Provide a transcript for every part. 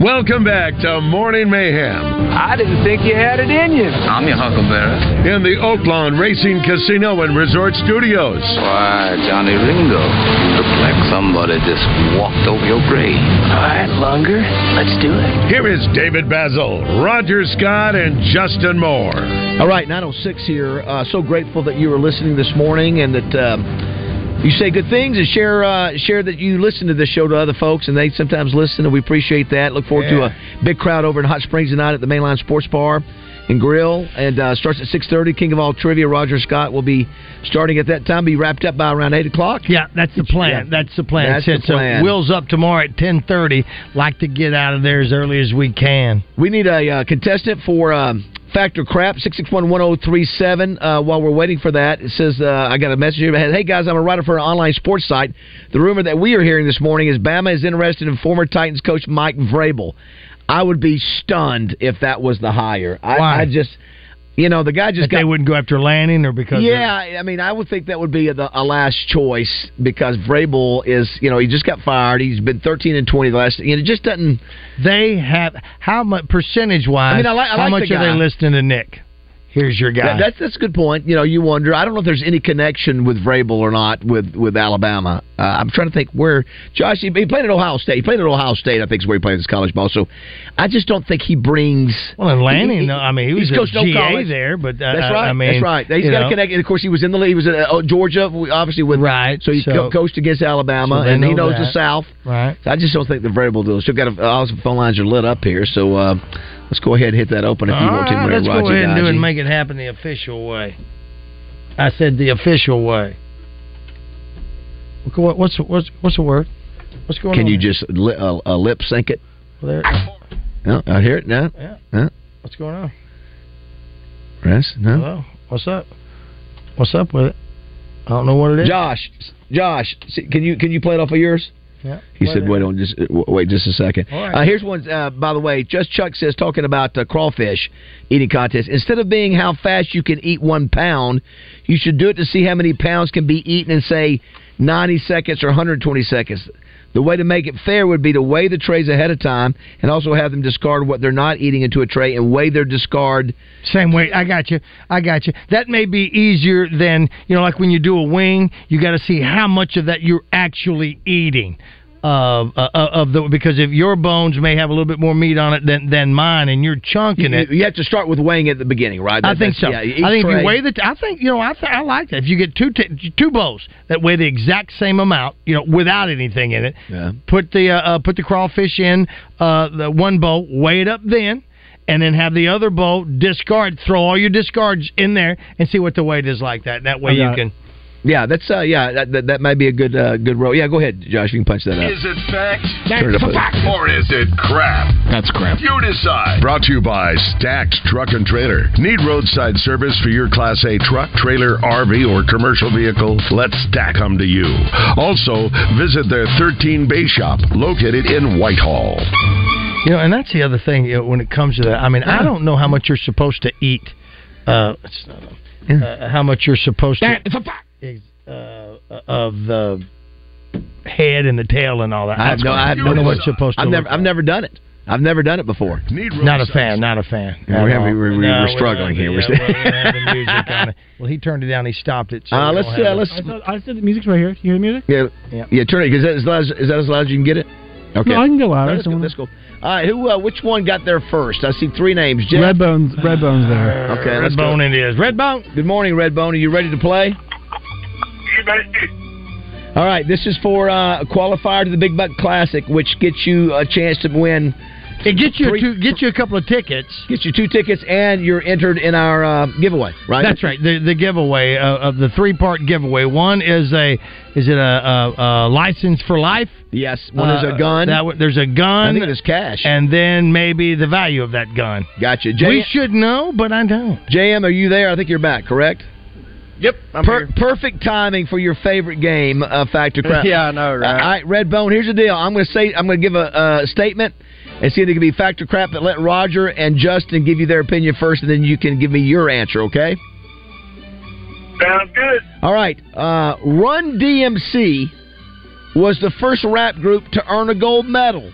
Welcome back to Morning Mayhem I didn't think you had it in you. I'm your huckleberry. in the Oaklawn Racing Casino and Resort Studios. Why, Johnny Ringo, you look like somebody just walked over your grave. All right, Lunger, let's do it. Here is David Basil, Roger Scott, and Justin Moore. All right, 906 here. Uh, so grateful that you were listening this morning and that um, you say good things and share uh, share that you listen to this show to other folks, and they sometimes listen, and we appreciate that. Look forward Yeah. to a big crowd over in Hot Springs tonight at the Mainline Sports Bar and Grill, and uh, starts at 6.30. King of All Trivia, Roger Scott will be starting at that time, be wrapped up by around 8 o'clock. Yeah, that's the plan. Yeah. That's the plan. That's the Since, uh, plan. Will's up tomorrow at ten thirty. Like to get out of there as early as we can. We need a uh, contestant for um, Factor Crap, 661-1037. Uh, while we're waiting for that, it says, uh, I got a message here. Hey, guys, I'm a writer for an online sports site. The rumor that we are hearing this morning is Bama is interested in former Titans coach Mike Vrabel. I would be stunned if that was the hire. I, Why? I just, you know, the guy just That got they wouldn't go after Lanning or because of- yeah, I I mean, I would think that would be the, a last choice because Vrabel is, you know, he just got fired. He's been 13 and 20 the last. You know, it just doesn't. they have how much percentage wise. I mean, I like- I how like much the are guy. they listening to Nick? Here's your guy. That, that's that's a good point. You know, you wonder. I don't know if there's any connection with Vrabel or not with with Alabama. Uh, I'm trying to think where Josh. He, he played at Ohio State. He played at Ohio State. I think is where he played his college ball. So, I just don't think he brings. well, and Lanning. He- he- though, I mean, he was he's coached no a GA college. there, but uh, That's right. I mean, that's right. He's you got know, a connection. Of course, he was in the league. He was at uh, Georgia, obviously with Right, So he so- co- coached against Alabama, so they and he know knows the that. South. Right. So I just don't think the Vrabel deal. Still got a, all some phone lines are lit up here. So uh, let's go ahead and hit that open if you All want to. right, Maria Ah, let's go Raji ahead and do Daji. it and make it happen the official way. I said the official way. Look, What, what's what's what's the word? What's going on? Can you here? just li- uh, uh, lip sync it? Well, there- No, I hear it now. yeah. Huh? What's going on? Yes, no. Hello. What's up? What's up with it? I don't know what it is. Josh, Josh, see- can you can you play it off of yours? Yeah. He said, "Wait on, just uh, w- wait just a second. All right. Uh, here's one. Uh, by the way, just Chuck says talking about uh, crawfish eating contest. Instead of being how fast you can eat one pound, you should do it to see how many pounds can be eaten in say 90 seconds or 120 seconds. The way to make it fair would be to weigh the trays ahead of time and also have them discard what they're not eating into a tray and weigh their discard. Same way. I got you. I got you. That may be easier than you know, like when you do a wing, you got to see how much of that you're actually eating. Of, uh, of the because if your bones may have a little bit more meat on it than than mine, and you're chunking You, it. you have to start with weighing at the beginning, right? I That- think that's- so. yeah, I each think if tray- you weigh the. T- I think you know. I th- I like that. If you get two t- two bowls that weigh the exact same amount, you know, without anything in it, Yeah. put the uh, uh, put the crawfish in uh, the one bowl, weigh it up then, and then have the other bowl discard. Throw all your discards in there and see what the weight is like that. That way I you got it. can. Yeah, that's uh, yeah, that, that that might be a good uh, good row. Yeah, go ahead, Josh. You can punch that up. Is it fact? Turn it up a- Or is it crap? That's crap. You decide. Brought to you by Stacked Truck and Trailer. Need roadside service for your Class A truck, trailer, RV, or commercial vehicle? Let Stack come to you. Also, visit their 13 Bay Shop located in Whitehall. You know, and that's the other thing you know, when it comes to that. I mean, I don't know how much you're supposed to eat. Uh, it's not a- uh, how much you're supposed to is, uh, of the head and the tail and all that. I have no, I have don't know no what it's supposed to. I've never, look I've like. never done it. I've never done it before. Need Not a roadside fan. Not a fan. Yeah, at we have- all. we- we- we No, were don't struggling have here. the- We're yeah, st- well, we don't have the music on it. Well, he turned it down. He stopped it. So Uh, we let's don't yeah, have it. let's I said, I said the music's right here. Do you hear the music? yeah, Yeah. yeah. Turn it because that as loud as, is that as loud as you can get it? Okay. No, I can go All louder. right, let's, go, let's go. All right, who? Uh, which one got there first? I see three names. Jeff. Uh, Red bones, Uh, red bones there. Okay, Red let's go. bone it is. Red bone. Good morning, Redbone. Are you ready to play? All right, this is for uh, a qualifier to the Big Buck Classic, which gets you a chance to win It gets you Three- two, gets you a couple of tickets. Get you two tickets, and you're entered in our uh, giveaway, right? That's right. The the giveaway uh, of the three part giveaway. One is a is it a, a, a license for life? Yes. One is Uh, a gun. That, one- there's a I gun, think it is cash. and then maybe the value of that gun. gotcha. we J- should know, but I don't. JM, are you there? I think you're back, correct? Yep. I'm Per- perfect timing for your favorite game, uh, Factor Crap. Yeah, I know, All right? right, Redbone. Here's the deal. I'm going to say I'm going to give a, uh statement, It's either going to be fact or crap, but let Roger and Justin give you their opinion first, and then you can give me your answer, okay? Sounds good. All right. Uh, Run DMC was the first rap group to earn a gold medal.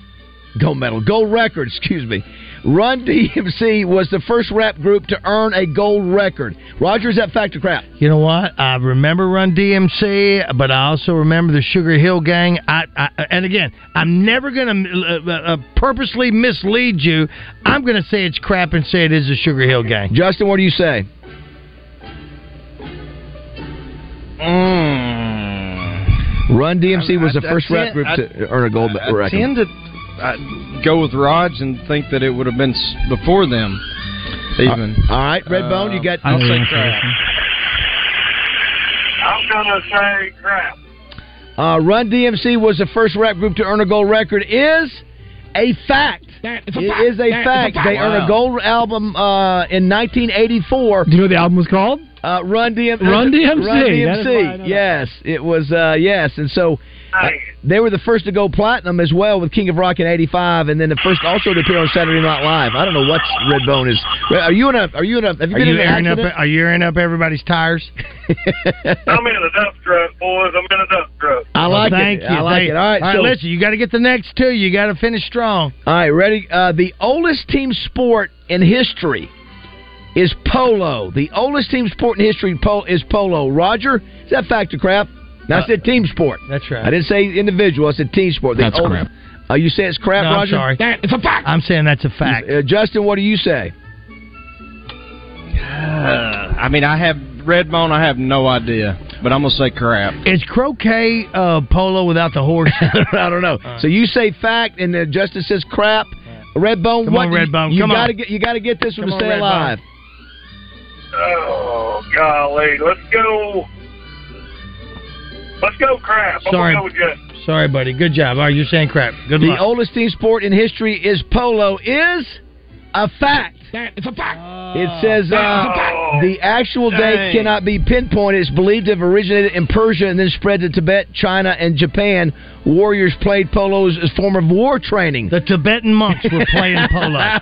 Gold medal, gold record, excuse me. Run DMC was the first rap group to earn a gold record. Roger, is that fact or crap? You know what? I remember Run DMC, but I also remember the Sugar Hill Gang. I, I and again, I'm never going to uh, uh, purposely mislead you. I'm going to say it's crap and say it is the Sugar Hill Gang. Justin, what do you say? Run DMC was the Mm. I- I first rap tend- group I- to earn a gold me- I record. tend to uh, go with Raj and think that it would have been s- before them, even. Uh, Uh, All right, Redbone, you got. I'll say crap. I'm gonna say crap. Uh, Run DMC was the first rap group to earn a gold record is a fact. That is a fact. They earned a Wow. gold album uh, in 1984. Do you know what the album was called? Uh, Run DMC. Run DMC. That Run is why I know DMC. that. Yes, it was. Uh, yes, and so uh, they were the first to go platinum as well with King of Rock in '85, and then the first also to appear on Saturday Night Live. I don't know what's Redbone is. Are you in a? Are you in a? Have you Are been you in an airing up? accident? Are you airing up everybody's tires? I'm in a dump truck, boys. I'm in a dump truck. I Well, like it. thank You. I like Thank- it. All right, so- listen. You got to get the next two. You got to finish strong. All right, ready? Uh, the oldest team sport in history is polo. The oldest team sport in history po- is polo. Roger, is that fact or crap? No, Uh, I said team sport. That's right. I didn't say individual. I said team sport. The That's oldest- crap. Uh, you say it's crap, No, I'm Roger? sorry. That is a fact. I'm saying that's a fact. Uh, Justin, what do you say? Uh, I mean, I have Redbone. I have no idea, but I'm gonna say crap. Is croquet uh, polo without the horse? I don't know. So you say fact, and uh, Justin says crap. Redbone, Come what? on, you- Redbone, You, come on. gotta get. You got to get this one Come to on, stay Redbone. alive. Oh golly, let's go. Let's go crap. Oh, I'm Sorry. gonna go with Justin. Sorry, buddy. Good job. All right, you're saying crap. Good the luck. oldest team sport in history is polo. Is a fact. That is a Oh. fact. It says uh, the actual date cannot be pinpointed. It's believed to have originated in Persia and then spread to Tibet, China, and Japan. Warriors played polo as a form of war training. The Tibetan monks were playing polo.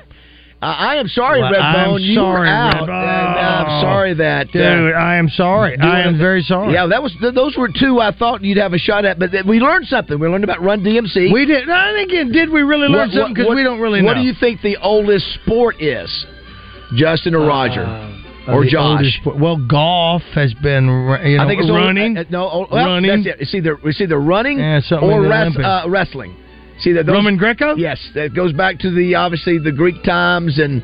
I am sorry, Well, Redbone. I'm you were sorry, out. Redbone. and I'm sorry that. uh, Dude, I am sorry. you I wanna- am very sorry. yeah, that was th- those were two I thought you'd have a shot at, but th- we learned something. We learned about Run DMC. We did. I think it did. We really What- learn something what- because we don't really know. What do you think the oldest sport is, Justin or Roger or Uh, The Josh? oldest sport- well, golf has been. r- You know, I think it's running. Only, uh, uh, no, oh, well, Running. That's it. It's either it's either running Yeah, something or in the res- Olympics. uh, wrestling. See that those, Roman Greco. Yes, that goes back to the obviously the Greek times, and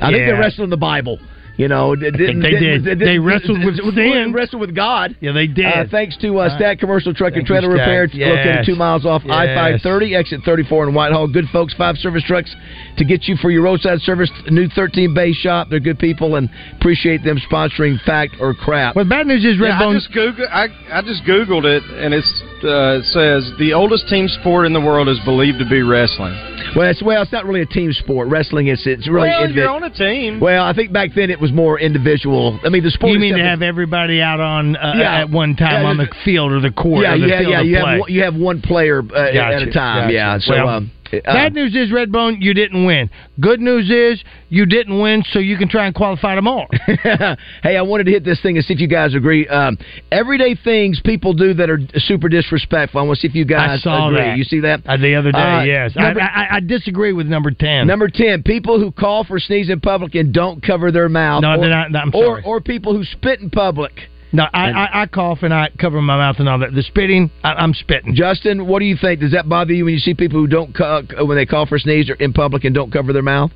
I think they Yeah. wrestled in the Bible. You know, they think they did. They wrestled with sin. Wrestled with God. Yeah, they did. Uh, thanks to uh, right. Stat Commercial Truck and Thank you, Trailer Stat. Repair, Yes. located two miles off Yes. I five thirty, exit thirty four in Whitehall. Good folks, five service trucks to get you for your roadside service. New thirteen bay shop. They're good people and appreciate them sponsoring Fact or Crap. Well, the bad news is Yeah, I Redbone. just Google. I, I just googled it, and it's uh, it says the oldest team sport in the world is believed to be wrestling. Well, it's, well, it's not really a team sport. Wrestling is it's really well, indivi- you're on a team. well, I think back then it was more individual. I mean, the sport. you mean to itself have everybody out on uh, Yeah. at one time Yeah, Uh, on the just- field or the is- court? yeah, or the yeah, field yeah. of You play. have one, you have one player uh, at- at Gotcha, a time. gotcha. Yeah. So Well, um, uh, Bad news is, Redbone, you didn't win. Good news is, you didn't win, so you can try and qualify tomorrow. hey, I wanted to hit this thing and see if you guys agree. Um, everyday things people do that are super disrespectful. I want to see if you guys I saw agree. that. You see that? Uh, the other day, Uh, yes. number- I, I, I disagree with number 10. Number ten: people who cough or sneeze in public and don't cover their mouth. No, or, they're not- no, I'm or, sorry. or people who spit in public. no, I, I, I cough and I cover my mouth and all that. The spitting, I, I'm spitting. Justin, what do you think? Does that bother you when you see people who don't co- uh, when they cough or sneeze or in public and don't cover their mouth?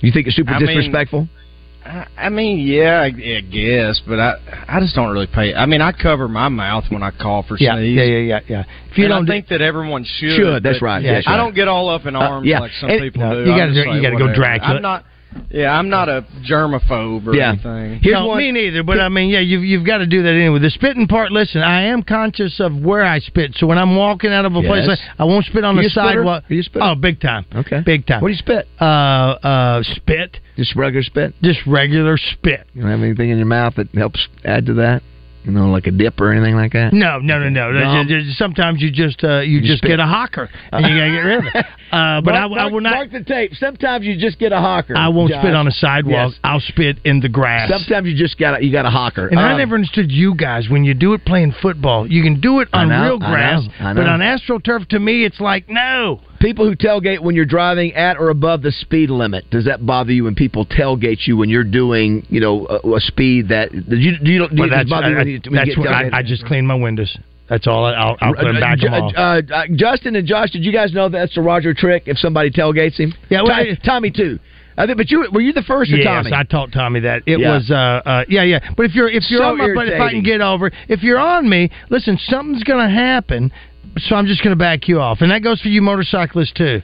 You think it's super I mean- disrespectful? I, I mean, yeah, I, I guess, but I I just don't really pay. I mean, I cover my mouth when I cough or Yeah, sneeze. yeah, yeah, yeah, yeah. If you And don't I think that everyone should. Should, that's but right, that's Uh, I right. Uh, don't get all up in arms yeah, like some and- people no, do. you I'm gotta just do- like, you gotta go whatever. Dracula. I'm not. Yeah, I'm not a germaphobe or Yeah. anything. Here's no, one- me neither. But I mean, yeah, you've you've got to do that anyway. The spitting part. Listen, I am conscious of where I spit. So when I'm walking out of a place, Yes. I won't spit on You the a spitter? sidewalk. Are you a spitter? oh, big time. Okay. big time. What do you spit? uh uh spit? Just regular spit. Just regular spit. You don't have anything in your mouth that helps add to that. You know, like a dip or anything like that? No, no, no, no. No. Ju- ju- Sometimes you just uh, you, just spit. get a hawker and you gotta get rid of it. Uh, but I, Mark- I will not. Mark the tape. Sometimes you just get a hawker. I won't spit Josh. on a sidewalk. Yes. I'll spit in the grass. Sometimes you just got you got a hawker. And I Um, never understood you guys when you do it playing football. You can do it I on know, real I grass, know, I but know. on astroturf, to me, it's like no. People who tailgate when you're driving at or above the speed limit, does that bother you when people tailgate you when you're doing, you know, a, a speed that do you do you don't do Well, you does it that's bother you when you, I- when you that's get what I, tailgated? I just clean my windows. That's all. I- I'll, I'll clean back Ju- them all. uh, uh, Justin and Josh, did you guys know that's the Roger trick if somebody tailgates him? Yeah, well, Ti- Tommy, too. I think, but you were you the first or Yes, Tommy? I taught Tommy that it Yeah. was. Uh, uh, yeah, yeah. But if you're if you're So on my but if I irritating. can get over, if you're on me, listen, something's gonna happen. So I'm just gonna back you off, and that goes for you motorcyclists too.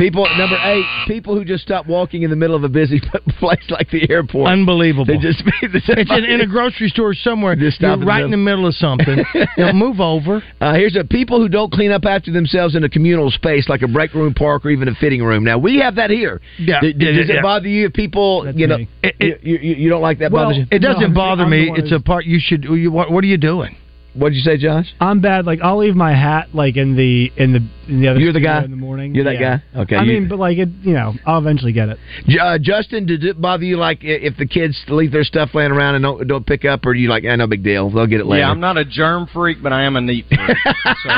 people number eight, people who just stop walking in the middle of a busy place like the airport. Unbelievable. They just it's in, in a grocery store somewhere. Just stop and You're right go. in the middle of something. Now move over. Uh, here's a people who don't clean up after themselves in a communal space like a break room park or even a fitting room. Now we have that here. Yeah, D- d- yeah, does yeah. it bother you if people you know me. It- you, it- you, you don't like that Well, bothers you? It doesn't No, I'm- bother I'm the me. one It's a who's- part you should. You, what, what are you doing? What'd you say, Josh? I'm bad. Like I'll leave my hat like in the in the in the other. You're the guy? in the morning. You're that Yeah. guy. Okay. I you- mean, but like it, you know, I'll eventually get it. J- uh, Justin, did it bother you like i- if the kids leave their stuff laying around and don't don't pick up, or you like, eh, no big deal, they'll get it later? Yeah, I'm not a germ freak, but I am a neat freak. so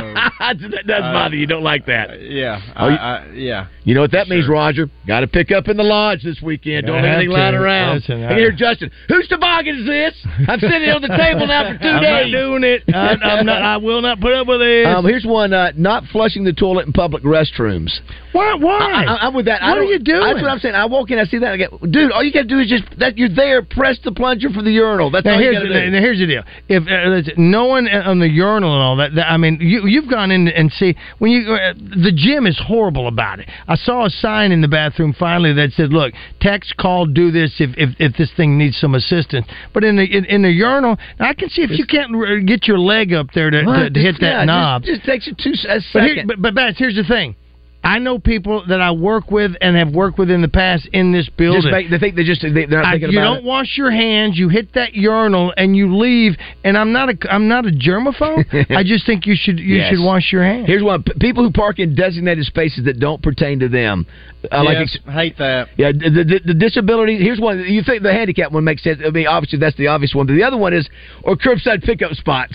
that does Uh, bother you. Don't like that. yeah, Oh, you- I, I, yeah. You know what that means, Roger? Got to pick up in the lodge this weekend. Don't Yeah, leave anything that's lying it. around. Listen, uh, I I- can hear Justin. Whose toboggan is this? I'm sitting on the table now for 2 I'm days. Uh, not doing it. I, I'm not, I will not put up with this. Um, here's one: uh, not flushing the toilet in public restrooms. why? I, Why? I, am with that. I What are don't- you doing? That's what I'm saying. I walk in, I see that, I go, dude. All you got to do is just that you're there. Press the plunger for the urinal. That's Now all you here's, got to the, do. now here's the deal. If uh, listen, no one on the urinal and all that, that I mean, you you've gone in and see when you uh, the gym is horrible about it. I saw a sign in the bathroom finally that said, "Look, text, call, do this if if, if this thing needs some assistance." But in the in, in the urinal, I can see if you can't r- get your leg up there to, Huh, to, to hit just- that yeah, just- knob. Just, takes you two s- a But, second. here, but, but Bass, here's the thing. I know people that I work with and have worked with in the past in this building. just make, they think they just they, they're not I- thinking you about don't wash your hands. You hit that urinal and you leave. And I'm not a I'm not a germaphobe. I just think you should you Yes. should wash your hands. it. Here's one: P- people who park in designated spaces that don't pertain to them, uh, like ex- Yes, hate that. Yeah, the, the, the disability. Here's one. You think the handicap one makes sense? I mean, obviously that's the obvious one, but the other one is or curbside pickup spots.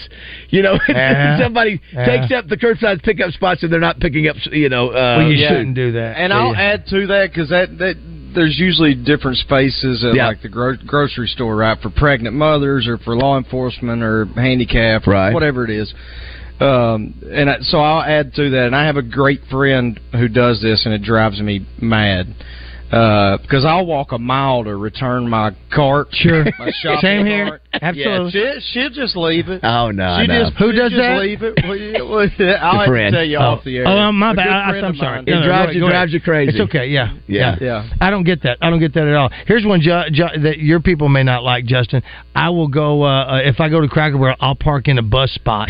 You know, Yeah. somebody Yeah. takes up the curbside pickup spots and they're not picking up. You know, uh, Well, you yeah. shouldn't do that. And I'll Yeah. add to that because that, that there's usually different spaces at Yeah. like the gro- grocery store, right? For pregnant mothers or for law enforcement or handicapped, or Right. Whatever it is. Um, and I, so I'll add to that. And I have a great friend who does this, and it drives me mad. Because I'll walk a mile to return my cart. Sure. My shopping Same here. cart. Absolutely. Yeah, she, she'll just leave it. oh no, She no. just, Who she does just that? Leave it. Well, yeah, well, I'll have to friend. tell you Oh. off the air. Oh, uh, my A bad. good I- friend I'm of sorry. mine. it No, no, go drives you ahead. drives you crazy. It's okay. Yeah. Yeah. Yeah. I don't get that. I don't get that at all. Here's one ju- ju- that your people may not like, Justin. I will go uh, uh, if I go to Cracker Barrel. I'll park in a bus spot.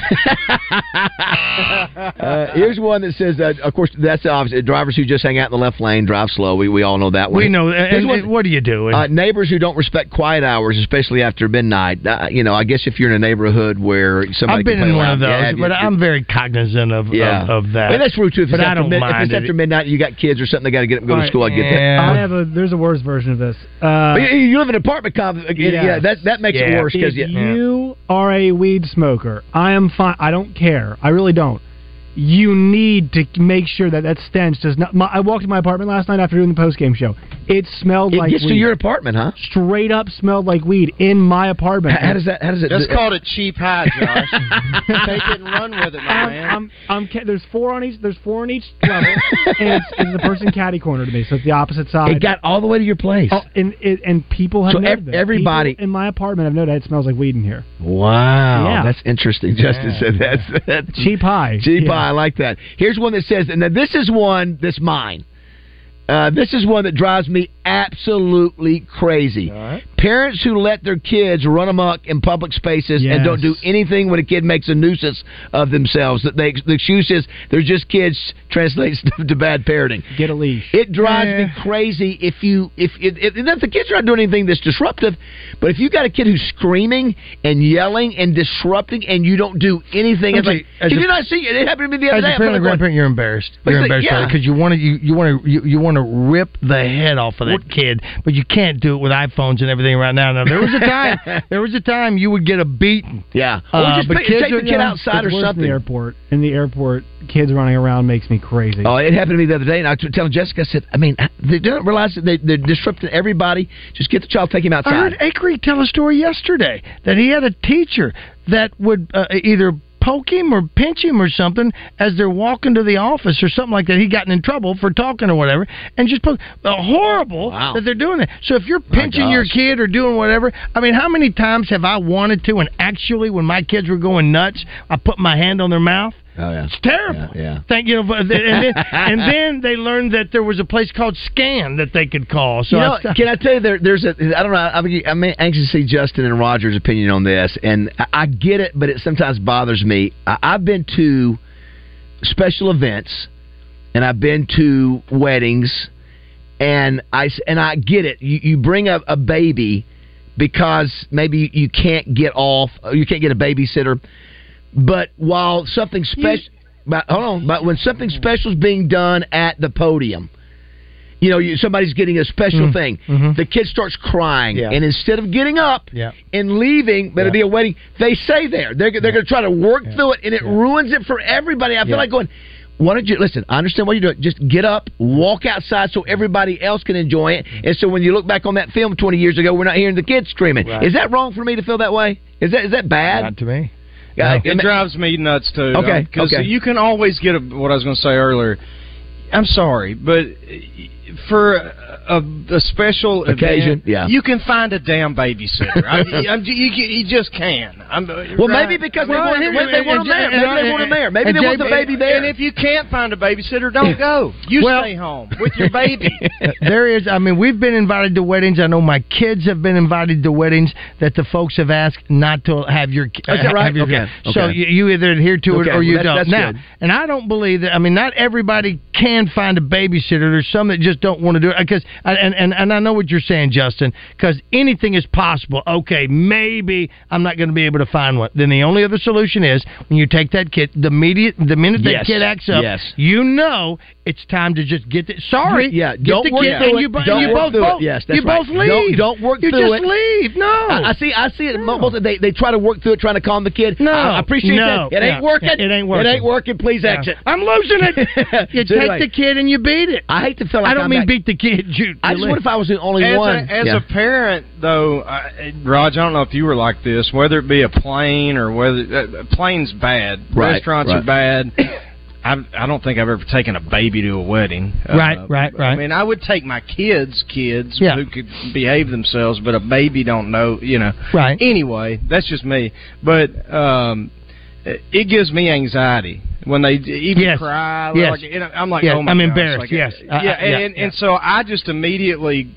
Uh, here's one that says that. Of course, that's the obvious. Drivers who just hang out in the left lane drive slow. We we all know that one. we know. Here's And, one- and what are you doing? Uh, neighbors who don't respect quiet hours, especially after midnight. Uh, you know, I guess if you're in a neighborhood where somebody I've been can play in one of loud- those, Yeah, but you- I'm very cognizant of Yeah. of, of that. I mean, that's true too. If it's, But I after, don't mid- if mind it's it. after midnight, and you got kids or something. They got to get up and go All to right, school. I get that. Uh, yeah. I have a. There's a worse version of this. Uh, But you- you live in an apartment complex. Yeah, Yeah. that that makes it Yeah. worse because if yeah. you are a weed smoker, I am fine. I don't care. I really don't. You need to make sure that that stench does not. My, I walked in my apartment last night after doing the post game show. It smelled it like gets weed. to your apartment, huh? straight up smelled like weed in my apartment. How, how does that? How does it? That's called a cheap high, Josh. Take it and run with it, my I'm, man. I'm, I'm, ca- there's four on each. There's four on each level, and it's, it's the person catty corner to me, so it's the opposite side. it got all the way to your place. Oh, and it, and people have So noted ev- that. everybody- People in my apartment have noted that it smells like weed in here. Wow, Yeah. that's interesting. Justin said that's that's Cheap high. Cheap Yeah. high, I like that. Here's one that says, and now this is one that's mine. Uh, this is one that drives me absolutely crazy. Parents who let their kids run amok in public spaces and don't do anything when a kid makes a nuisance of themselves. That they the excuse is they're just kids translates to bad parenting. Get a leash. It drives me crazy if you if if, if, if the kids are not doing anything that's disruptive, but if you got a kid who's screaming and yelling and disrupting and you don't do anything, it's Okay, like, as did a- you not see it? It happened to me the other As day. a I'm parent or like, grandparent, you're embarrassed. But you're it's like, embarrassed yeah. because you want to you, you want to you, you want to rip the head off of that kid, but you can't do it with iPhones and everything right now. Now there was a time there was a time you would get a beating. Yeah, Or uh, just but pick- kids take are, the kid outside or It's worse In something. the airport, in the airport, kids running around makes me crazy. Oh, it happened to me the other day, and I was telling Jessica, I said, I mean, they don't realize that they, they're disrupting everybody. Just get the child, take him I outside. heard Acree tell a story yesterday that he had a teacher that would uh, either poke him or pinch him or something as they're walking to the office or something like that. He gotten in trouble for talking or whatever, and just poke. Uh, horrible that they're doing that. So if you're pinching your kid or doing whatever, I mean, how many times have I wanted to? And actually, when my kids were going nuts, I put my hand on their mouth. Oh yeah, it's terrible. Yeah, yeah. Thank you. know, but- And then, and then they learned that there was a place called Scan that they could call. So you I know, st- can I tell you there, there's a I don't know I'm, I'm anxious to see Justin and Roger's opinion on this, and I, I get it, but it sometimes bothers me. I, I've been to special events, and I've been to weddings, and I s- and I get it. You, you bring up a baby because maybe you can't get off, you can't get a babysitter, but while something special, but hold on, but when something special is being done at the podium you know, you, somebody's getting a special Mm, thing. mhm. The kid starts crying, Yeah. and instead of getting up Yeah. and leaving, but it'll be a wedding, they say there they're they're going to try to work through it, and it ruins it for everybody. I feel Yeah. like going. Why don't you listen? I understand why you're doing. Just get up, walk outside, so everybody else can enjoy it. Mm-hmm. And so when you look back on that film 20 years ago, we're not hearing the kids screaming. Right. Is that wrong for me to feel that way? Is that is that bad? to me. Yeah, it drives me nuts too. Okay, because okay. you can always get a, what I was going to say earlier. I'm sorry, but for a, a special Occasion, event, yeah. you can find a damn babysitter. I, uh, I'm, you, you just can. I'm, uh, Well, maybe because they want- maybe they want them there. Maybe they want them there. Maybe they want the baby there. And if you can't find a babysitter, don't go. You Well- stay home with your baby. there is. I mean, we've been invited to weddings. I know my kids have been invited to weddings that the folks have asked not to have your. Is that right? Have your Okay, So okay. you, you either adhere to it Okay, or you well, that- don't. that's now, good. and I don't believe that. I mean, not everybody can find a babysitter. There's some that just don't want to do it because. And, and and I know what you're saying, Justin. Because anything is possible. Okay, maybe I'm not going to be able to find one. Then the only other solution is when you take that kid the immediate the minute Yes, that kid acts up, yes. you know it's time to just get it. Sorry. Yeah, Get don't the work kid through and it. You, bo- Don't you work both through it. vote. Yes, you that's right. both leave. Don't- don't work you through just it. leave. No. I, I see. I see it. Multiple, they they try to work through it, trying to calm the kid. No. I, I appreciate No. that. It ain't Yeah. working. It ain't working. It ain't working. Please Yeah. exit. I'm losing it. you So take anyway, the kid and you beat it. I hate to feel like I don't I'm mean that- beat the kid. You, I just you what leave. if I was the only as one? A, as Yeah. a parent, though, I, Raj, I don't know if you were like this. Whether it be a plane or whether uh, planes bad, Right, restaurants are bad. I, I don't think I've ever taken a baby to a wedding. Uh, Right, right, I right. mean, I would take my kids, kids Yeah. who could behave themselves, but a baby don't know, you know. Right. Anyway, that's just me. But um, it it gives me anxiety when they even Yes. cry. Yes. Like, you know, I'm like, Yes, oh my I'm gosh, embarrassed, like, yes. I- I- yeah, and, yeah, and, and so I just immediately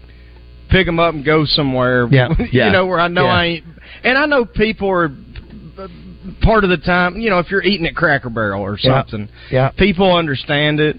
pick them up and go somewhere. Yeah. you Yeah. know where I know Yeah. I ain't. And I know people are uh, part of the time. You know, if you're eating at Cracker Barrel or Yeah. something, Yeah. people understand it,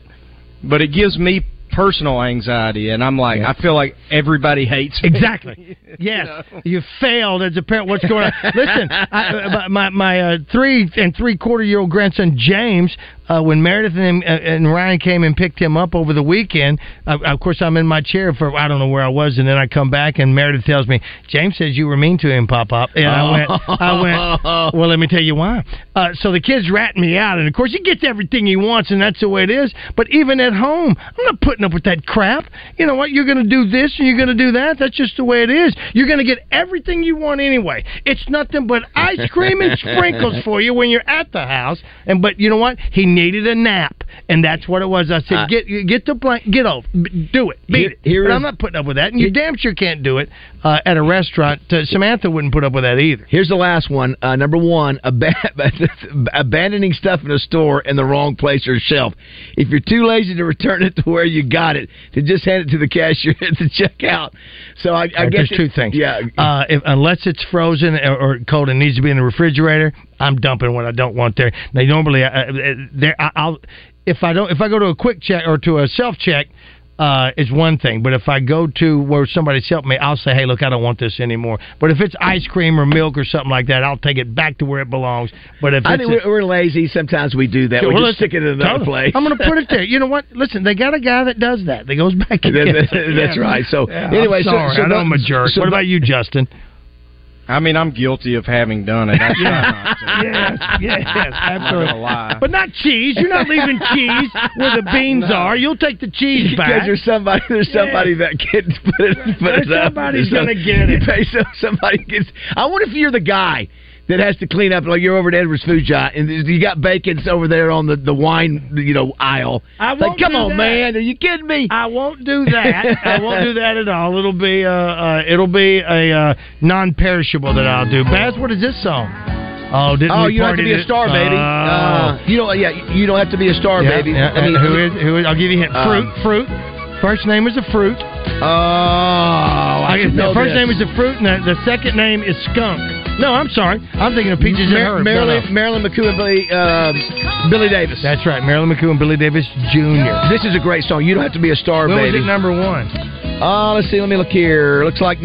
but it gives me personal anxiety, and I'm like, I feel like everybody hates me. Exactly. Yes, you failed as a parent. What's going on? Listen, I, uh, my my uh, three and three quarter year old grandson James, uh, when Meredith and, him, uh, and Ryan came and picked him up over the weekend, uh, of course I'm in my chair for I don't know where I was, and then I come back and Meredith tells me James says you were mean to him, Pop Up, and I went, I Oh. went, well, let me tell you why. Uh, so the kid's ratting me out, and of course he gets everything he wants, and that's the way it is. But even at home, I'm not putting up with that crap. You know what? You're going to do this and you're going to do that. That's just the way it is. You're going to get everything you want anyway. It's nothing but ice cream and sprinkles for you when you're at the house. And but you know what? He needed a nap, and that's what it was. I said, Uh, get get the blank, get over, B- do it, beat Here- it. here but is- I'm not putting up with that, and you damn sure can't do it uh, at a restaurant. Uh, Samantha wouldn't put up with that either. Here's the last one. Uh, number one, aba- abandoning stuff in a store in the wrong place or shelf. If you're too lazy to return it to where you got it to just hand it to the cashier at the checkout. So I, I guess Right, there's two it- things. Yeah, Uh, if, unless it's frozen or, or cold and needs to be in the refrigerator, I'm dumping what I don't want there. They normally, uh, uh, there, I- I'll if I don't if I go to a quick check or to a self check. Uh, is one thing, but if I go to where somebody's helping me, I'll say, "Hey, look, I don't want this anymore." But if it's ice cream or milk or something like that, I'll take it back to where it belongs. But if I it's think a- we're, we're lazy. Sometimes we do that. Yeah, we well, just listen, stick it in another totally. place. I'm going to put it there. You know what? Listen, they got a guy that does that. That goes back. in. That- that- that's right. So, I'm anyway, so- sorry. so I know I'm a that- jerk. so what that- about you, Justin? I mean, I'm guilty of having done it. I try not to. yes, yes, I'm not absolutely. gonna lie. But not cheese. You're not leaving cheese where the beans No. are. You'll take the cheese Because back. there's somebody, there's somebody that gets put it, put There's it up. somebody's There's some- gonna get it. You pay some, somebody gets. I wonder if you're the guy that has to clean up. Like you're over at Edwards Food Giant, and you got bacon's over there on the the wine, you know, aisle. I like, won't come do on, that. man, are you kidding me? I won't do that. I won't do that at all. It'll be uh, uh it'll be a uh, non-perishable that I'll do. Bass, what is this song? Oh, didn't oh, we you don't have to party be a this- star, baby. Oh. Uh, you don't. Yeah, you don't have to be a star, Yeah, baby. yeah, I mean, and who is who is? I'll give you a hint. Fruit, Um, fruit. First name is a fruit. Oh, I Okay, should know the this. first name is a fruit, and the, the second name is skunk. No, I'm sorry. I'm thinking of peaches and Mar- herb. Marilyn, Marilyn McCoo and Billy, um, Billy Davis. That's right, Marilyn McCoo and Billy Davis Jr. this is a great song. You don't have to be a star, When was baby. it number one? Uh, let's see. Let me look here. Looks like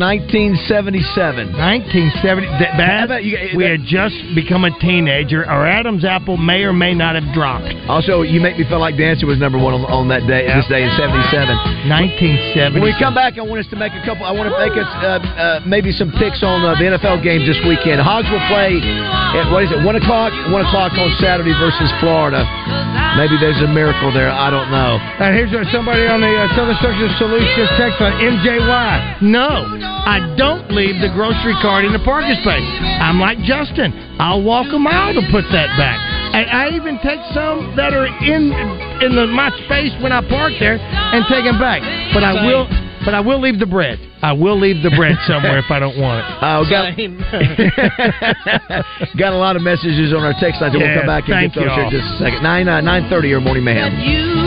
1977. 1970. How That, bad. about you- we had just become a teenager. Our Adam's apple may or may not have dropped. Also, you make me feel like dancing was number one on, on that day, this day in '77. 1970. When we come back, I want us to make a couple. I want to make us uh, uh, maybe some picks on uh, the NFL games this weekend. Hogs will play at what is it? One o'clock. One o'clock on Saturday versus Florida. Maybe there's a miracle there. I don't know. Uh, here's what somebody on the uh, Southern Structure Solutions text on MJY. No, I don't leave the grocery cart in the parking space. I'm like Justin. I'll walk a mile to put that back. And I even take some that are in in the, my space when I park there and take them back. But I will. But I will leave the bread. I will leave the bread somewhere if I don't want it. Uh, we got, got a lot of messages on our text line. So we'll Yeah, come back and thank get those y'all. here in just a second. Nine uh, nine thirty or morning mayhem. Oh,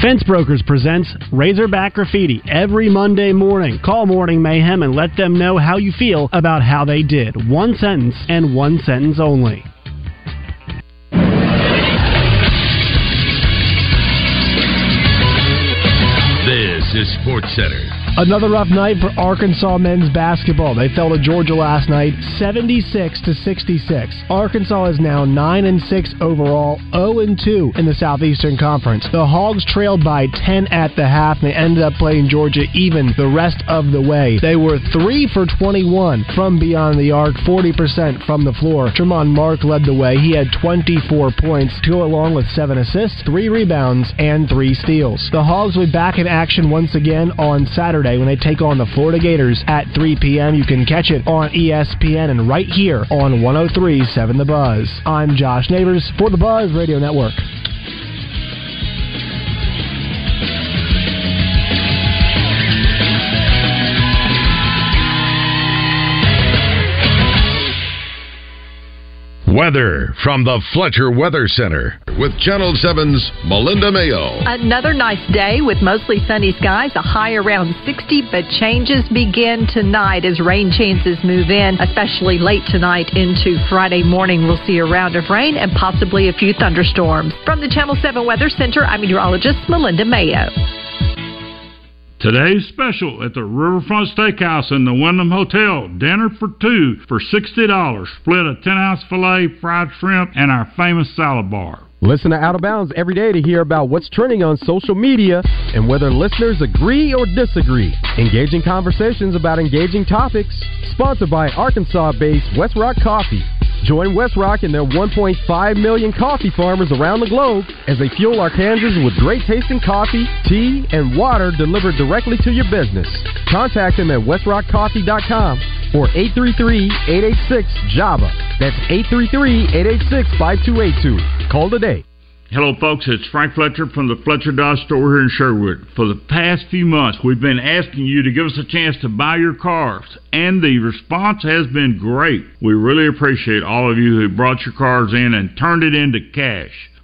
Fence Brokers presents Razorback Graffiti every Monday morning. Call Morning Mayhem and let them know how you feel about how they did. One sentence and one sentence only. This is Sports Center. Another rough night for Arkansas men's basketball. They fell to Georgia last night, 76 to 66. Arkansas is now 9 and 6 overall, 0 and 2 in the Southeastern Conference. The Hogs trailed by 10 at the half, and they ended up playing Georgia even the rest of the way. They were 3 for 21 from beyond the arc, 40% from the floor. Tremont Mark led the way. He had 24 points to go along with 7 assists, 3 rebounds, and 3 steals. The Hogs will be back in action once again on Saturday when they take on the Florida Gators at 3 p.m. You can catch it on E ESPN and right here on 103.7 The Buzz. I'm Josh Neighbors for The Buzz Radio Network. Weather from the Fletcher Weather Center with Channel 7's Melinda Mayo. Another nice day with mostly sunny skies, a high around 60, but changes begin tonight as rain chances move in, especially late tonight into Friday morning. We'll see a round of rain and possibly a few thunderstorms. From the Channel 7 Weather Center, I'm meteorologist Melinda Mayo. Today's special at the Riverfront Steakhouse in the Wyndham Hotel. Dinner for two for $60. Split a 10 ounce filet, fried shrimp, and our famous salad bar. Listen to Out of Bounds every day to hear about what's trending on social media and whether listeners agree or disagree. Engaging conversations about engaging topics. Sponsored by Arkansas based West Rock Coffee. Join West Rock and their 1.5 million coffee farmers around the globe as they fuel Arkansans with great tasting coffee, tea, and water delivered directly to your business. Contact them at westrockcoffee.com or 833-886-JAVA. That's 833-886-5282. Call today. Hello, folks. It's Frank Fletcher from the Fletcher Dodge store here in Sherwood. For the past few months, we've been asking you to give us a chance to buy your cars, and the response has been great. We really appreciate all of you who brought your cars in and turned it into cash.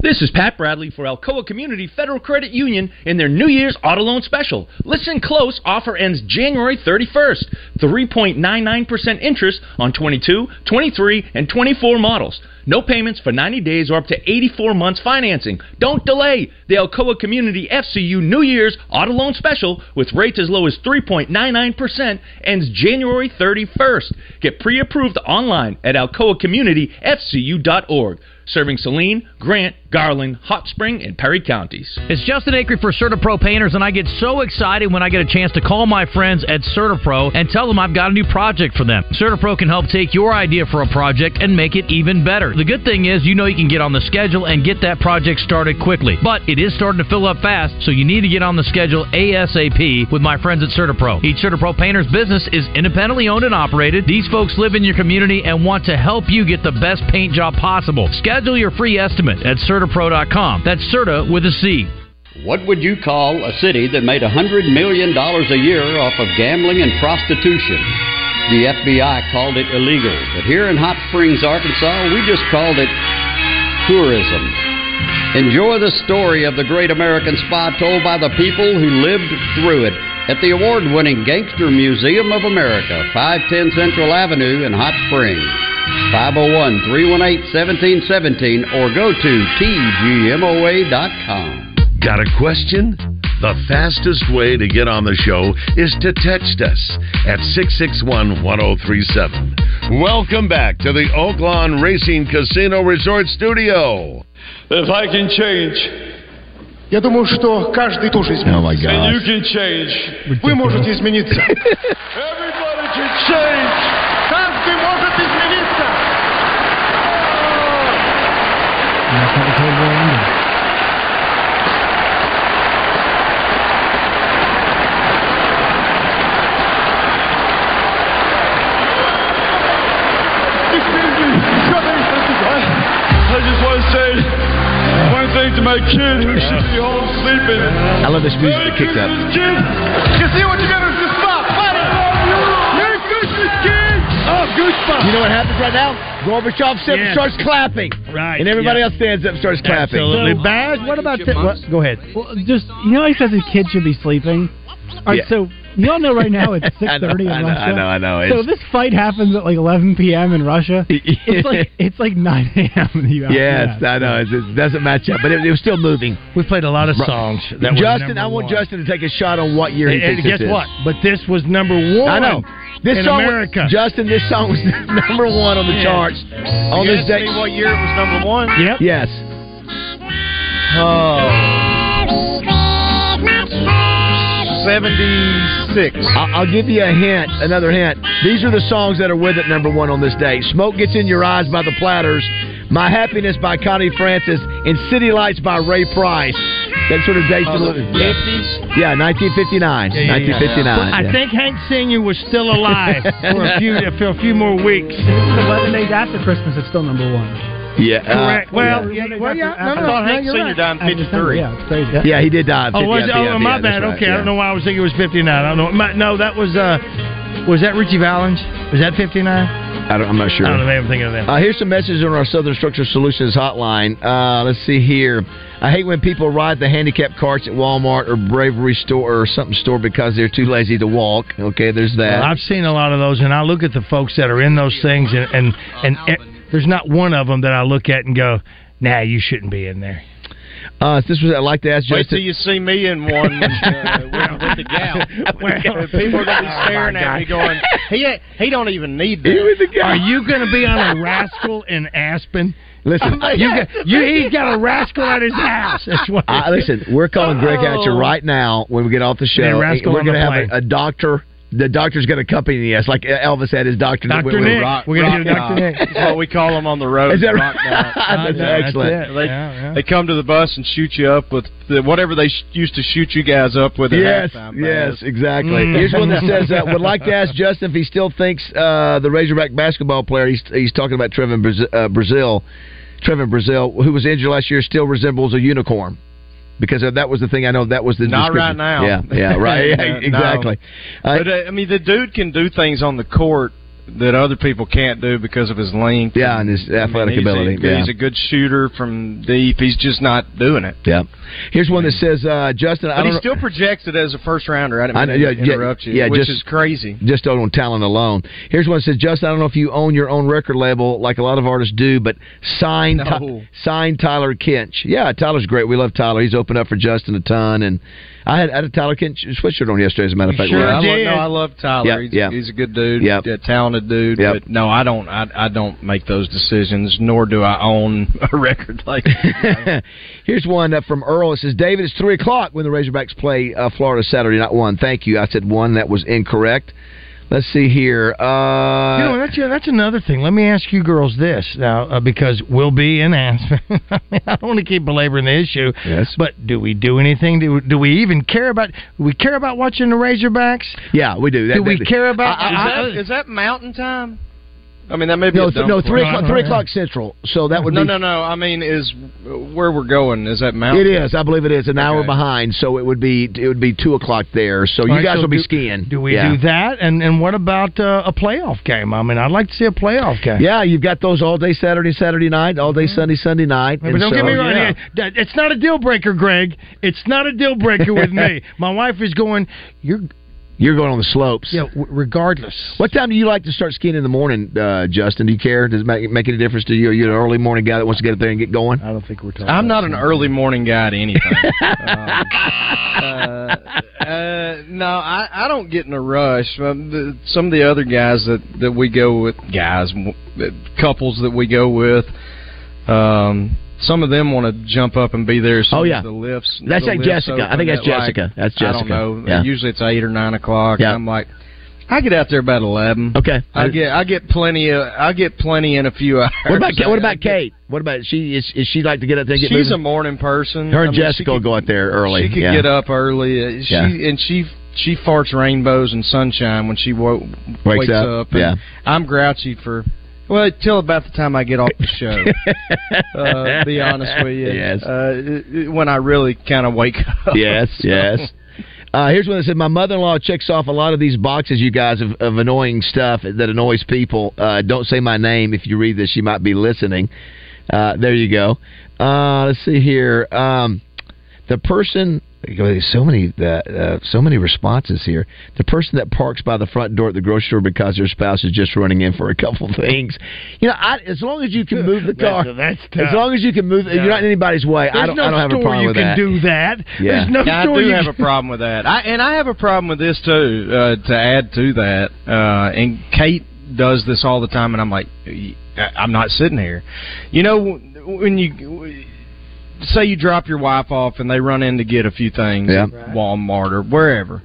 This is Pat Bradley for Alcoa Community Federal Credit Union in their New Year's Auto Loan Special. Listen close, offer ends January 31st. 3.99% interest on 22, 23, and 24 models. No payments for 90 days or up to 84 months financing. Don't delay the Alcoa Community FCU New Year's Auto Loan Special with rates as low as 3.99% ends January 31st. Get pre approved online at alcoacommunityfcu.org serving Saline, Grant, Garland, Hot Spring, and Perry counties. It's Justin Acree for CertaPro Painters, and I get so excited when I get a chance to call my friends at CertaPro and tell them I've got a new project for them. CertaPro can help take your idea for a project and make it even better. The good thing is, you know you can get on the schedule and get that project started quickly, but it is starting to fill up fast, so you need to get on the schedule ASAP with my friends at CertaPro. Each CertaPro Painters business is independently owned and operated. These folks live in your community and want to help you get the best paint job possible. Schedule your free estimate at CertaPro. CertaPro.com. That's Certa with a C. What would you call a city that made $100 million a year off of gambling and prostitution? The FBI called it illegal, but here in Hot Springs, Arkansas, we just called it tourism. Enjoy the story of the great American spa told by the people who lived through it at the award winning Gangster Museum of America, 510 Central Avenue in Hot Springs. 501 318 1717 or go to tgmoa.com. Got a question? The fastest way to get on the show is to text us at 661 1037. Welcome back to the Oaklawn Racing Casino Resort Studio. That I can change. Я думаю, что каждый тоже изменится. And you can change. Вы можете измениться. Everybody can change. Каждый может измениться. I just want to say one thing to my kids who should be home sleeping. I love this music that kicks up. Kids, you see what you got to just stop. Fight it. Merry Christmas, kids. Oh, goosebumps. You know what happens right now? Gorbachev sits Yeah. and starts clapping. Right, And everybody yeah. else stands up and starts clapping. Absolutely. So- Baz, what about that? Go ahead. Well, just you know, he says his kids should be sleeping. All right, Yeah. so y'all know right now it's six I know, thirty in I know, Russia. I know, I know. So It's- this fight happens at like eleven p.m. in Russia. It's like it's like nine a.m. in the U.S. Yeah, it's, I know. It's, it doesn't match up, but it, it was still moving. We played a lot of Right. songs. Justin, I want Justin to take a shot on what year he And, and thinks guess this is. what? But this was number one. I know. This in song, America. Justin, this song was number one on the Yeah. charts on You this asked day. me what year it was number one? Yep. Yes. Oh, Seventy-six. I'll give you a hint, another hint. These are the songs that are with it number one on this day. "Smoke Gets in Your Eyes" by the Platters, "My Happiness" by Connie Francis, and "City Lights" by Ray Price. That sort of dates. Oh, the yeah. 50s? Yeah, 1959. 1959. I yeah. think Hank Senior was still alive for a few for a few more weeks. Eleven days after Christmas, it's still number one. Yeah. uh, Correct. Well, yeah. yeah, well, yeah, I no, no, thought no, Hank you're Sr. right. died in I just remember, 53. yeah, it's crazy. Yeah. Yeah, he did die. at Oh, 50, was it? yeah, Oh, my yeah, that's bad. right, okay, I yeah. don't know why I was thinking it was 59. I don't know. My, no, that was uh, was that Richie Valens? Was that 59? I don't, I'm not sure. I don't know if I'm thinking of that. Uh, here's some messages on our Southern Structure Solutions hotline. Uh, let's see here. I hate when people ride the handicapped carts at Walmart or Bravery Store or something store because they're too lazy to walk. Okay, there's that. Well, I've seen a lot of those, and I look at the folks that are in those things, and and, and e- there's not one of them that I look at and go, "Nah, you shouldn't be in there." Uh, this was I'd like to ask Wait till Justin. you see me in one with, uh, with, with the gal. people are gonna be staring Oh, my at me, God. going, "He ain't- he don't even need that." Are you going to be on a rascal in Aspen? Listen, you got, you, he's got a rascal at his house. That's what. Uh, listen, we're calling Greg Hatcher Oh. right now when we get off the show. Yeah, rascal we're on gonna the have a, a doctor. The doctor's going to accompany us, like Elvis had his doctor. that Dr. went with Nick. Rock- We're gonna do Rock Dr. Doc. Nick. That's what we call them on the road. Is that Rock right? Doc. That's Yeah, excellent. it. They, they come to the bus and shoot you up with the, whatever they sh- used to shoot you guys up with. At Yes, halftime, man. Mm. yes, exactly. Here's one that says, uh, "Would like to ask Justin if he still thinks uh, the Razorback basketball player. He's, he's talking about Trevin Braz- uh, Brazil, Trevin Brazil, who was injured last year, still resembles a unicorn." Because that was the thing I know. That was the Not right description. now. Yeah, yeah, right, No. yeah, exactly. but uh, I mean, the dude can do things on the court that other people can't do because of his length. Yeah, and his athletic he's a- ability, yeah. He's a good shooter from deep. He's just not doing it. Yeah. Here's one that says, uh, "Justin, But I don't he know- still projects it as a first rounder. I didn't mean know- to interrupt you, which is crazy. Just on talent alone. Here's one that says, Justin, I don't know if you own your own record label like a lot of artists do, but sign No. Ty- sign Tyler Kinch. Yeah, Tyler's great. We love Tyler. He's opened up for Justin a ton, and I had, I had a Tyler Kinch sweatshirt on yesterday. As a matter of fact, Sure, Well, I love, I lo- no, I love Tyler. he's, Yep, yep. he's a good dude, Yep. a talented dude. Yep. But no, I don't. I, I don't make those decisions, nor do I own a record like. Here's one uh, from Earl. It says, David, it's 3 o'clock when the Razorbacks play uh, Florida Saturday, not 1. Thank you. I said 1. That was incorrect. Let's see here. Uh, you know, that's that's another thing. Let me ask you girls this now, uh, because we'll be in Aspen. I, mean, I don't want to keep belaboring the issue. Yes. But do we do anything? Do, do we even care about? We care about watching the Razorbacks. yeah, we do. That- do we that- care about? is, that, is that Mountain Time? I mean, that may be no, a th- dumb no, three question. o'clock, three o'clock central. So that would no, be no, no. I mean, is where we're going? Is that Mountain? It is, I believe it is, an hour behind. So it would be it would be two o'clock there. So All you right, guys so will be do- skiing. Do we Yeah. do that? And and what about uh, a playoff game? I mean, I'd like to see a playoff game. Mm-hmm. Yeah, you've got those all day Saturday, Saturday night, all day Sunday, Sunday night. But and don't so- get me wrong. Yeah. that- It's not a deal breaker, Greg. It's not a deal breaker with me. My wife is going. You're You're going on the slopes. Yeah, w- regardless. What time do you like to start skiing in the morning, uh, Justin? Do you care? Does it make, make any difference to you? Are you an early morning guy that wants to get up there and get going? I don't think we're talking. I'm not an early morning guy to anything. um, uh, uh, no, I, I don't get in a rush. Um, the, some of the other guys that, that we go with, guys, m- couples that we go with, um, some of them want to jump up and be there. As soon Oh, yeah. as the lifts. That's the like lifts Jessica. I open think that's at, like, Jessica. That's I Jessica. don't know. Yeah. Usually it's eight or nine o'clock. Yeah. I'm like, I get out there about eleven. Okay. I get I get plenty of I get plenty in a few hours. What about Ka- what I about get- Kate? What about she? Is, is she like to get up there? And get She's moving? a morning person. Her I and mean, she Jessica will go out there early. She could yeah. get up early. Uh, She Yeah. and she she farts rainbows and sunshine when she wo- wakes, Wakes up, and yeah. I'm grouchy for well till about the time I get off the show. uh, to be honest with you. Yes. Uh, it- it- when I really kind of wake up. Yes, So- yes. Uh, here's one that said, "My mother-in-law checks off a lot of these boxes, you guys, of, of annoying stuff that annoys people. Uh, don't say my name if you read this; she might be listening." Uh, there you go. Uh, let's see here. Um, the person, so many, uh, uh, so many responses here. The person that parks by the front door at the grocery store because their spouse is just running in for a couple things. You know, I, as long as you can move the car, That's, that's tough. as long as you can move, Yeah. you're not in anybody's way. I There's don't, no I don't have a store problem you with can that. do that. Yeah. There's no Yeah, I store do you have can- a problem with that. I, and I have a problem with this too. Uh, to add to that, uh, and Kate does this all the time, and I'm like, I- I'm not sitting here. You know, when you say you drop your wife off and they run in to get a few things Yeah. at Walmart or wherever.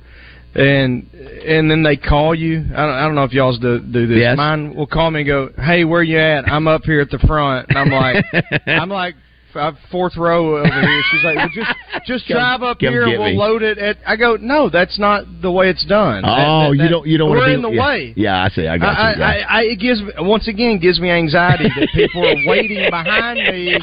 And and then they call you. I don't, I don't know if y'all's do, do this. Yes. Mine will call me and go, "Hey, where you at? I'm up here at the front." And I'm like, I'm like f- fourth row over here. She's like, well, just just Come- drive up come here and get we'll me. load it. At, I go, no, that's not the way it's done. Oh, you don't you don't we're want to be in the yeah. way. Yeah, I see. I I, got I, you. Yeah. I, I, it gives me- once again gives me anxiety that people are waiting behind me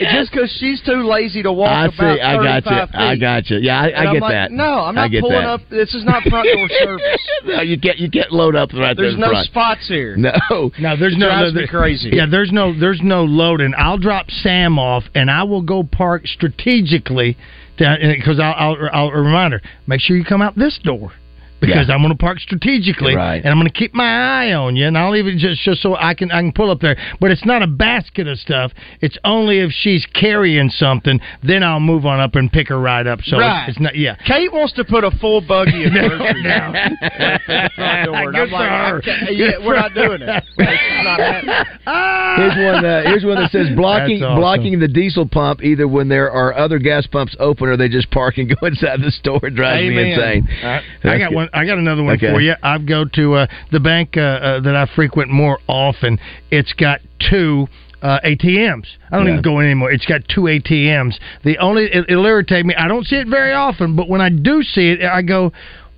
Just because she's too lazy to walk I see. about I got you. 35 feet. I got you. Yeah, I, And I I'm get like, that. No, I'm I not get pulling that. up. This is not front door service. No, you can't. You can't load up right There's there. in no front. spots here. No. No, there's It no drives no, me there- crazy. Yeah, there's no there's no loading. I'll drop Sam off, and I will go park strategically, because I'll, I'll I'll remind her. Make sure you come out this door, because I'm going to park strategically, Right. and I'm going to keep my eye on you, and I'll even just just so I can I can pull up there. But it's not a basket of stuff. It's only if she's carrying something, then I'll move on up and pick her right up. So Right. it's, it's not yeah. Kate wants to put a full buggy of No, groceries no. out the front door, and Good I'm like, for her. I can't- Good yeah, we're for not doing it. It's not happening. Here's one. Uh, here's one that says blocking That's awesome. blocking the diesel pump either when there are other gas pumps open or they just park and go inside the store. It drives me insane. All right. I That's got good. one. I got another one Okay. for you. I go to uh, the bank uh, uh, that I frequent more often. It's got two. Uh, ATMs. I don't Yeah. even go in anymore. It's got two ATMs. The only it, it'll irritate me. I don't see it very often, but when I do see it, I go,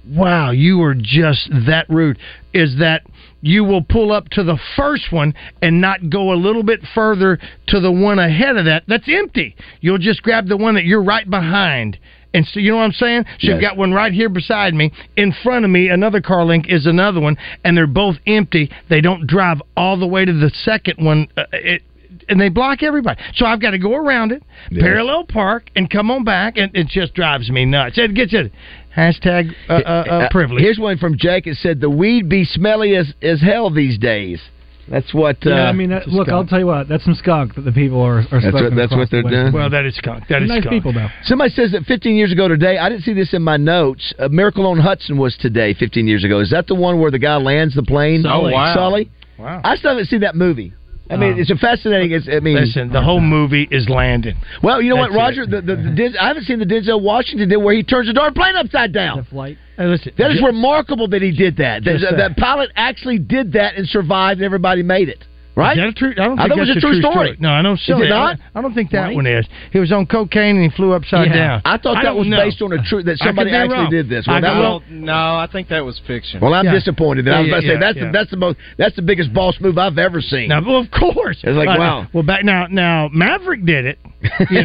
"Wow, you are just that rude." Is that you will pull up to the first one and not go a little bit further to the one ahead of that? That's empty. You'll just grab the one that you're right behind. And so you know what I'm saying? So you've Yes. got one right here beside me, in front of me. Another car link is another one, and they're both empty. They don't drive all the way to the second one, uh, it, and they block everybody. So I've got to go around it, Yes. parallel park, and come on back, and it just drives me nuts. It gets it. Hashtag uh, uh, uh, privilege. Here's one from Jake. It said the weed be smelly as, as hell these days. That's what. Uh, yeah, I mean, that, it's a look, I'll skunk. tell you what, that's some skunk that the people are, are That's what- smoking that's across what they're the way. doing. Well, that is skunk. That is nice skunk. people though. Somebody says that 15 years ago today. I didn't see this in my notes. A miracle on Hudson was today, 15 years ago. Is that the one where the guy lands the plane? Sully. wow. Sully. Wow. I still haven't seen that movie. I mean, Wow. it's a fascinating. It's, I mean, Listen, the whole movie is landing. Well, you know what, That's Roger? The, the, the Denz- I haven't seen the Denzel Washington did where he turns the darn plane upside down. Hey, listen, That is ju- remarkable that he did that. That, Just that, that. pilot actually did that and survived, and everybody made it. Right? Is that a true? I don't I think thought it that's was a true story. No, I don't. Is it not? I don't think that Right? one is. He was on cocaine and he flew upside Yeah. down. I thought that don't was know. based on a true that I could somebody be actually wrong. did this. I Well, that could- was- No, I think that was fiction. Well, I'm Yeah. disappointed. That I was Yeah, about to yeah, say that's yeah. the, that's the most that's the biggest boss move I've ever seen. Now, well, of course, It's like, Uh, wow. Well, back now, now Maverick did it. You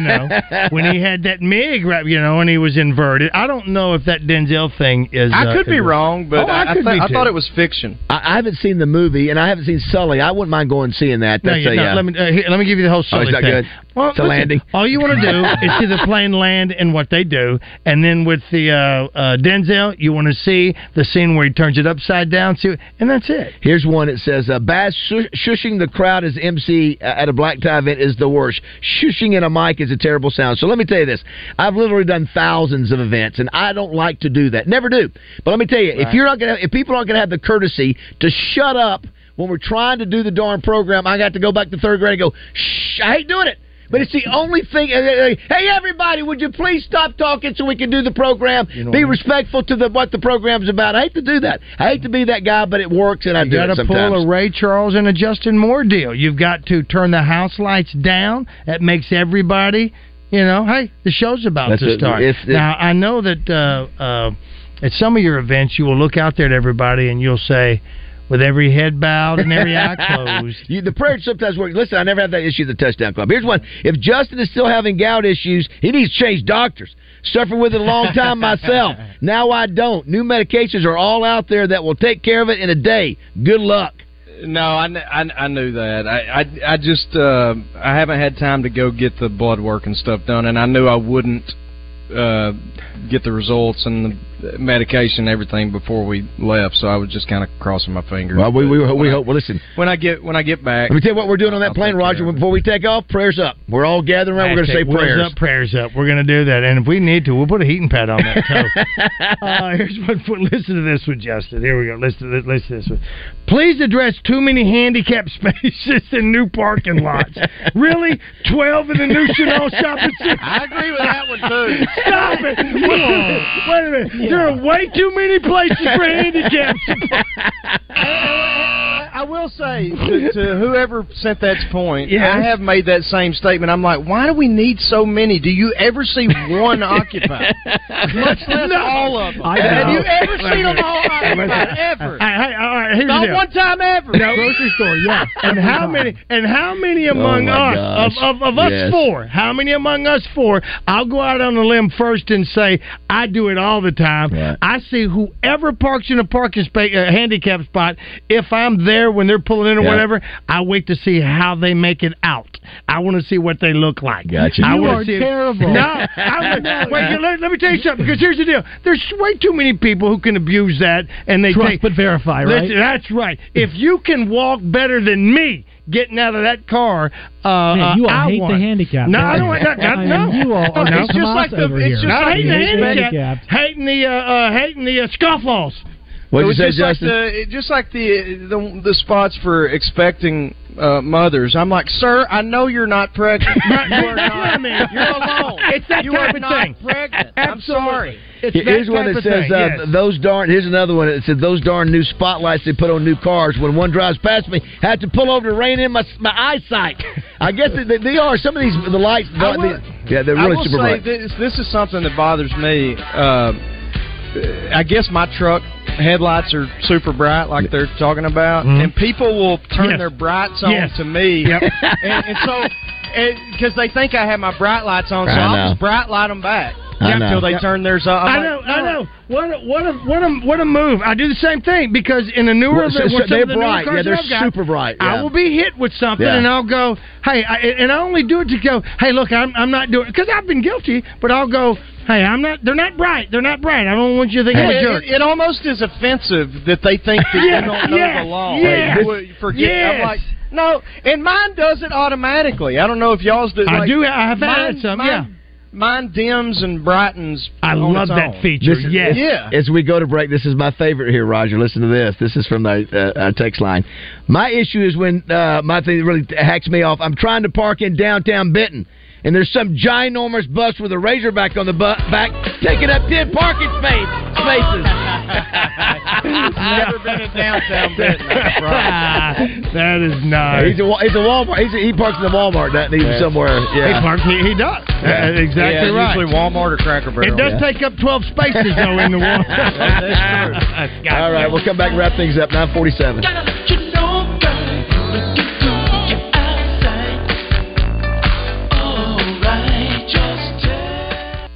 know, when he had that Mig, right, you know, and he was inverted. I don't know if that Denzel thing is. I uh, could be is- wrong, but Oh, I, I, could thi- be I too. thought it was fiction. I, I haven't seen the movie, and I haven't seen Sully. I wouldn't mind going and seeing that. No, That's you- a, no, uh, let me uh, here, let me give you the whole Oh, story. it's not thing. good. Well, It's a listen, landing. All you want to do is see the plane land and what they do, and then with the uh, uh, Denzel, you want to see the scene where he turns it upside down. See, and that's it. Here's one that says, uh, Bass shush- shushing the crowd as MC uh, at a black tie event is the worst. Shushing in a mic is a terrible sound. So let me tell you this. I've literally done thousands of events, and I don't like to do that. Never do. But let me tell you, if Right. you're not gonna, if people aren't going to have the courtesy to shut up when we're trying to do the darn program, I got to go back to third grade and go, shh, I hate doing it. But it's the only thing. uh, uh, Hey, everybody, would you please stop talking so we can do the program? know be what I mean? respectful to the what the program's about. I hate to do that. I hate to be that guy, but it works, and I You do got it to pull sometimes. a Ray Charles and a Justin Moore deal. You've got to turn the house lights down. That makes everybody, you know, hey, the show's about That's to it. start. It's- it's- now I know that uh, uh, at some of your events, you will look out there at everybody and you'll say, with every head bowed and every eye closed. You, the prayer sometimes works. Listen, I never had that issue with the touchdown club. Here's one. If Justin is still having gout issues, he needs to change doctors. Suffered with it a long time myself. Now I don't. New medications are all out there that will take care of it in a day. Good luck. No, I, kn- I, I knew that. I, I, I just uh, I haven't had time to go get the blood work and stuff done, and I knew I wouldn't uh, get the results and the medication and everything before we left, so I was just kind of crossing my fingers. Well, we, we, we hope. Well, listen. When I get when I get back, Let me tell you what we're doing on that plane, Roger. Before we take off, prayers up. We're all gathering around. We're going to say Hashtag wheels prayers. up, prayers up. We're going to do that, and if we need to, we'll put a heating pad on that toe. uh, here's one. For, listen to this one, Justin. Here we go. Listen to this, listen to this one. Please address too many handicapped spaces in new parking lots. really, twelve in the new Chanel shopping center. I agree with that one, too. Stop it! Wait a minute. There are way too many places for handicapped. I I will say to, to whoever sent that point, Yes. I have made that same statement. I'm like, why do we need so many? Do you ever see one occupied? Much less all of them. I have know. you ever seen them all occupied? Listen. Ever? Hey, hey, all right, here's the Not deal. one time ever. No. Grocery store, yeah. And how many? And how many among Oh my us gosh. of, of, of us Yes. four? How many among us four? I'll go out on a limb first and say I do it all the time. I see whoever parks in a parking space, uh, handicap spot. If I'm there when they're pulling in or Yeah. whatever, I wait to see how they make it out. I want to see what they look like. Gotcha. I You wanna are see- terrible. No, I'm, wait, you- let, let me tell you something. Because here's the deal: there's way too many people who can abuse that, and they Trust take, but verify, right? Listen, that's right. If you can walk better than me getting out of that car, uh, Man, you all uh, I hate the won. handicap, No, don't I don't. you? I, I, I no, mean, you all are no. It's just Tomas like the- over it's here. just not like hating the the handicap, handicapped. hating the uh, uh, hating the uh, scofflaws. What'd it was you say, just Justin? Like the, it- just like the, the the spots for expecting uh, mothers. I'm like, sir, I know you're not pregnant. you are not. You're alone. It's that you type are of not thing. Pregnant. I'm sorry. It's here's that one type that of says thing, uh, yes. those darn. Here's another one. It said those darn new spotlights they put on new cars. When one drives past me, had to pull over to rein in my my eyesight. I guess that they, they are some of these the lights. I will- yeah, they're I really will super say bright. this, this is something that bothers me. Uh, I guess my truck headlights are super bright, like they're talking about, Mhm. and people will uh, turn Yes. their brights on Yes. to me, Yep. and, and so because they think I have my bright lights on, so I I'll know. just bright light them back I Yeah, know. until they Yep. turn theirs on. I know, I know. What a, what a what a what a move! I do the same thing because in the newer, Well, so- when so some of they're the newer bright. cars Yeah, they're I've got, super bright, yeah. I will be hit with something, Yeah. and I'll go, hey, I, and I only do it to go, hey, look, I'm I'm not doing because I've been guilty, but I'll go, hey, I'm not. They're not bright. They're not bright. I don't want you to think I'm It- a jerk. It, it almost is offensive that they think that Yes, you don't know yes, the law. yes, Hey, you forget. I'm yes. like, no, and mine does it automatically. I don't know if y'all's do. I like, do- I have had mine- some, mine- yeah. Mine dims and brightens. on its own. This is- Yeah. As we go to break, this is my favorite here, Roger. Listen to this. This is from the uh, our text line. My issue is when uh, my thing that really hacks me off. I'm trying to park in downtown Benton, and there's some ginormous bus with a Razorback on the bu- back taking up ten parking space spaces. Never been in downtown that is nice. He's a, wa- he's a Walmart. He's a, he parks in the Walmart. That needs Yes. somewhere. Yeah. He parks- He, he does. Yeah. That is exactly Yeah, right. usually Walmart or Cracker Barrel. It does take up twelve spaces though in the Walmart. All right, we'll come back and wrap things up. Nine forty-seven.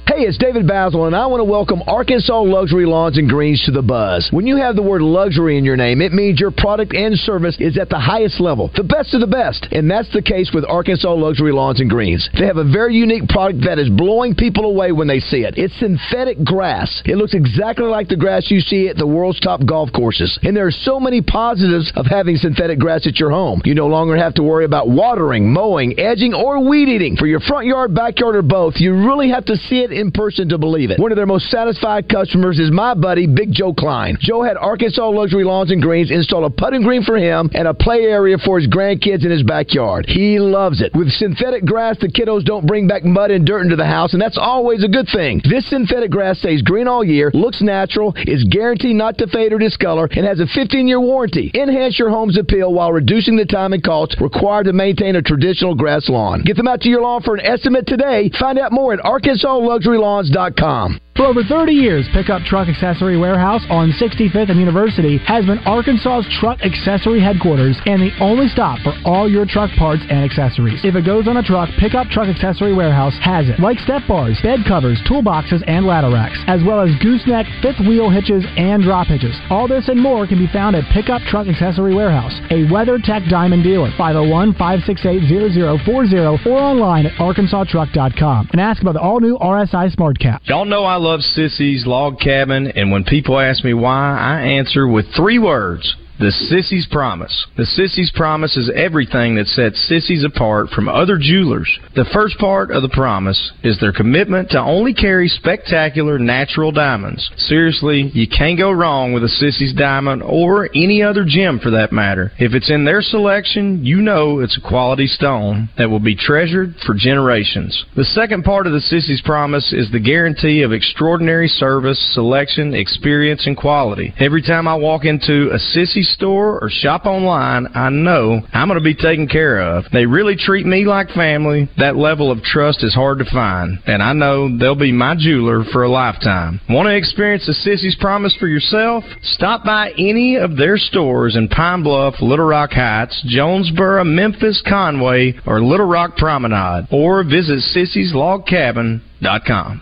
Hey, it's David Basil, and I want to welcome Arkansas Luxury Lawns and Greens to the buzz. When you have the word luxury in your name, it means your product and service is at the highest level, the best of the best. And that's the case with Arkansas Luxury Lawns and Greens. They have a very unique product that is blowing people away when they see it. It's synthetic grass. It looks exactly like the grass you see at the world's top golf courses. And there are so many positives of having synthetic grass at your home. You no longer have to worry about watering, mowing, edging, or weed eating. For your front yard, backyard, or both, you really have to see it in person to believe it. One of their most satisfied customers is my buddy, Big Joe Klein. Joe had Arkansas Luxury Lawns and Greens install a putting green for him and a play area for his grandkids in his backyard. He loves it. With synthetic grass, the kiddos don't bring back mud and dirt into the house, and that's always a good thing. This synthetic grass stays green all year, looks natural, is guaranteed not to fade or discolor, and has a 15 year warranty. Enhance your home's appeal while reducing the time and cost required to maintain a traditional grass lawn. Get them out to your lawn for an estimate today. Find out more at arkansasluxurylawns.com. For over 30 years, Pickup Truck Accessory Warehouse on 65th and University has been Arkansas's truck accessory headquarters and the only stop for all your truck parts and accessories. If it goes on a truck, Pickup Truck Accessory Warehouse has it, like step bars, bed covers, toolboxes, and ladder racks, as well as gooseneck, fifth wheel hitches, and drop hitches. All this and more can be found at Pickup Truck Accessory Warehouse, a WeatherTech Diamond dealer, 501 568 0040, or online at arkansastruck.com, and ask about the all new RSI Smart Cap. Y'all know I love Sissy's Log Cabin, and when people ask me why, I answer with three words. The Sissy's Promise. The Sissy's Promise is everything that sets Sissy's apart from other jewelers. The first part of the promise is their commitment to only carry spectacular natural diamonds. Seriously, you can't go wrong with a Sissy's diamond or any other gem for that matter. If it's in their selection, you know it's a quality stone that will be treasured for generations. The second part of the Sissy's promise is the guarantee of extraordinary service, selection, experience, and quality. Every time I walk into a Sissy store or shop online, I know I'm going to be taken care of. They really treat me like family. That level of trust is hard to find, and I know they'll be my jeweler for a lifetime. Want to experience the Sissy's Promise for yourself? Stop by any of their stores in Pine Bluff, Little Rock Heights, Jonesboro, Memphis, Conway, or Little Rock Promenade, or visit sissy'slogcabin.com.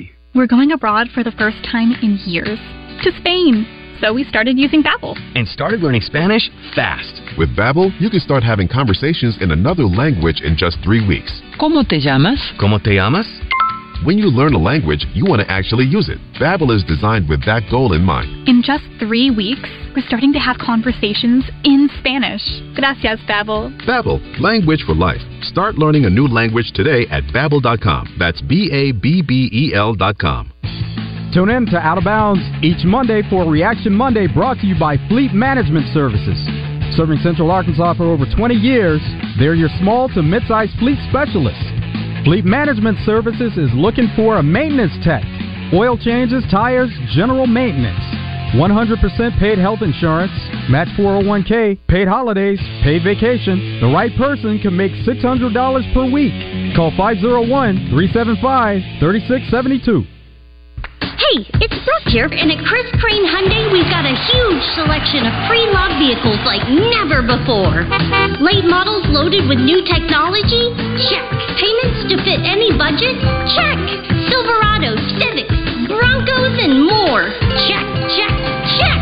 We're going abroad for the first time in years to Spain. So we started using Babbel. and started learning Spanish fast. With Babbel, you can start having conversations in another language in just three weeks. ¿Cómo te llamas? Como te llamas? When you learn a language, you want to actually use it. Babbel is designed with that goal in mind. In just three weeks, we're starting to have conversations in Spanish. Gracias, Babbel. Babbel, language for life. Start learning a new language today at babbel.com. That's B-A-B-B-E-L E dot com. Tune in to Out of Bounds each Monday for Reaction Monday brought to you by Fleet Management Services. Serving Central Arkansas for over 20 years, they're your small to mid-sized fleet specialists. Fleet Management Services is looking for a maintenance tech. Oil changes, tires, general maintenance. 100% paid health insurance, match 401k, paid holidays, paid vacation. The right person can make $600 per week. Call 501 375 3672. Hey, it's Brooke here, and at Chris Crane Hyundai, we've got a huge selection of pre-loved vehicles like never before. Late models loaded with new technology? Check. Payments to fit any budget? Check. Silverados, Civics, Broncos, and more? Check, check, check.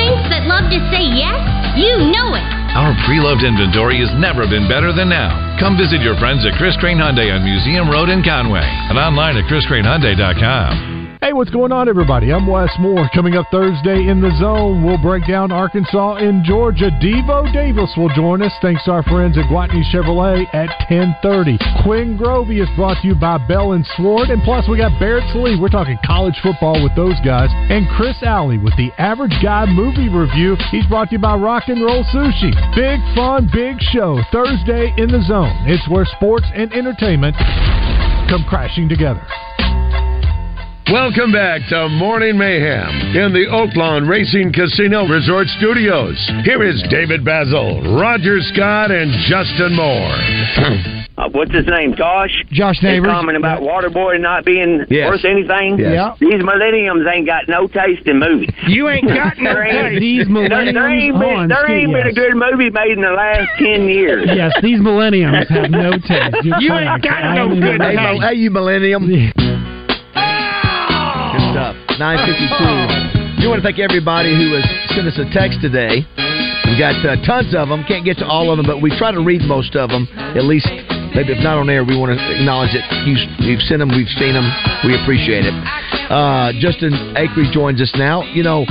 Thanks that love to say yes? You know it. Our pre-loved inventory has never been better than now. Come visit your friends at Chris Crane Hyundai on Museum Road in Conway and online at chriscranehyundai.com. Hey, what's going on, everybody? I'm Wes Moore. Coming up Thursday in the zone, we'll break down Arkansas and Georgia. Devo Davis will join us, thanks to our friends at Guatney Chevrolet at 10:30. Quinn Grovey is brought to you by Bell and Sword, and plus we got Barrett Slee. We're talking college football with those guys, and Chris Alley with the Average Guy movie review. He's brought to you by Rock and Roll Sushi. Big fun, big show Thursday in the zone. It's where sports and entertainment come crashing together. Welcome back to Morning Mayhem in the Oaklawn Racing Casino Resort Studios. Here is David Basil, Roger Scott, and Justin Moore. Uh, what's his name? Josh. Josh They Neighbors. comment about Waterboy not being Yes. worth anything. Yes. Yeah. These millenniums ain't got no taste in movies. You ain't got no There ain't- taste. These there- There millenniums ain't been, on there skid, ain't been a yes. good movie made in the last ten years. Yes, these millennials have no taste. You're You correct. ain't got I no am good in- taste. Hey, you millennium. Good stuff. 952. You want to thank everybody who has sent us a text today. We've got uh, tons of them. Can't get to all of them, but we try to read most of them. At least, maybe if not on air, we want to acknowledge that you, you've sent them, we've seen them. We appreciate it. Uh, Justin Akery joins us now. You know,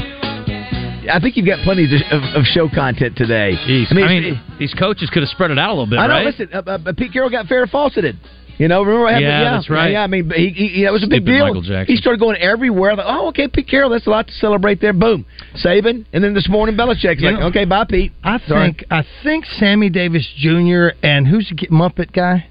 I think you've got plenty of, of show content today. I mean, I mean, these coaches could have spread it out a little bit, I know. right? Listen, uh, uh, Pete Carroll got fair fauceted. You know, remember what happened? Yeah, that's right. Yeah, I mean, but he, he, he- that was a big Stupid deal. Michael Jackson. He started going everywhere. Like, oh, okay, Pete Carroll, that's a lot to celebrate there. Boom, Saban, and then this morning Belichick's You like, know, okay, bye, Pete. I Sorry. think I think Sammy Davis Jr. and who's the kid- Muppet guy?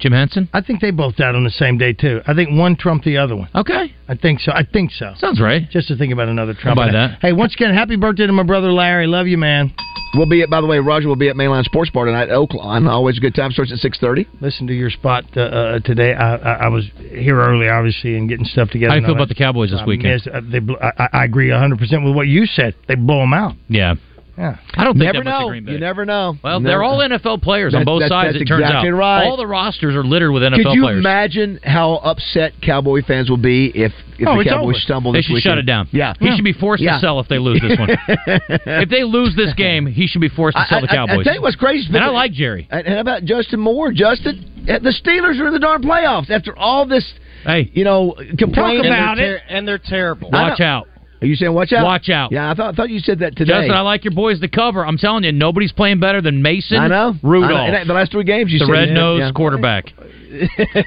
Jim Henson. I think they both died on the same day too. I think one trumped the other one. Okay, I think so. I think so. Sounds right. Just to think about another I'll Trump. buy that. Hey, once again, happy birthday to my brother Larry. Love you, man. We'll be at. By the way, Roger will be at Mainline Sports Bar tonight at Oakland. Always a good time. Starts at six thirty. Listen to your spot uh, uh, today. I, I, I was here early, obviously, and getting stuff together. How do you and feel all about that. the Cowboys this I weekend? missed- uh, they bl- I, I- I agree 100 percent with what you said. They blow them out. Yeah. Yeah. I don't think Never that much of know. Green Bay. You never know. Well, You they're never- all NFL players on That's- both that's- sides. that's it turns exactly out right. all the rosters are littered with NFL Could you players. imagine how upset Cowboy fans will be if, if Oh, the it's Cowboys over. stumble They this should weekend? shut it down. Yeah, He should be forced to sell if they lose this one. if they lose this game, he should be forced to sell the I- I- Cowboys. I, tell you what's crazy. And I like Jerry. And and how about Justin Moore? Justin, uh, the Steelers are in the darn playoffs after all this. Hey, you know, Talk complaining about it. And they're terrible. I know. Are you saying watch out? Watch out. Yeah, I thought, I thought you said that today. Justin, I like your boys to cover. I'm telling you, nobody's playing better than Mason. I know. Rudolph. I know. And The last three games you the said red nose Yeah. quarterback.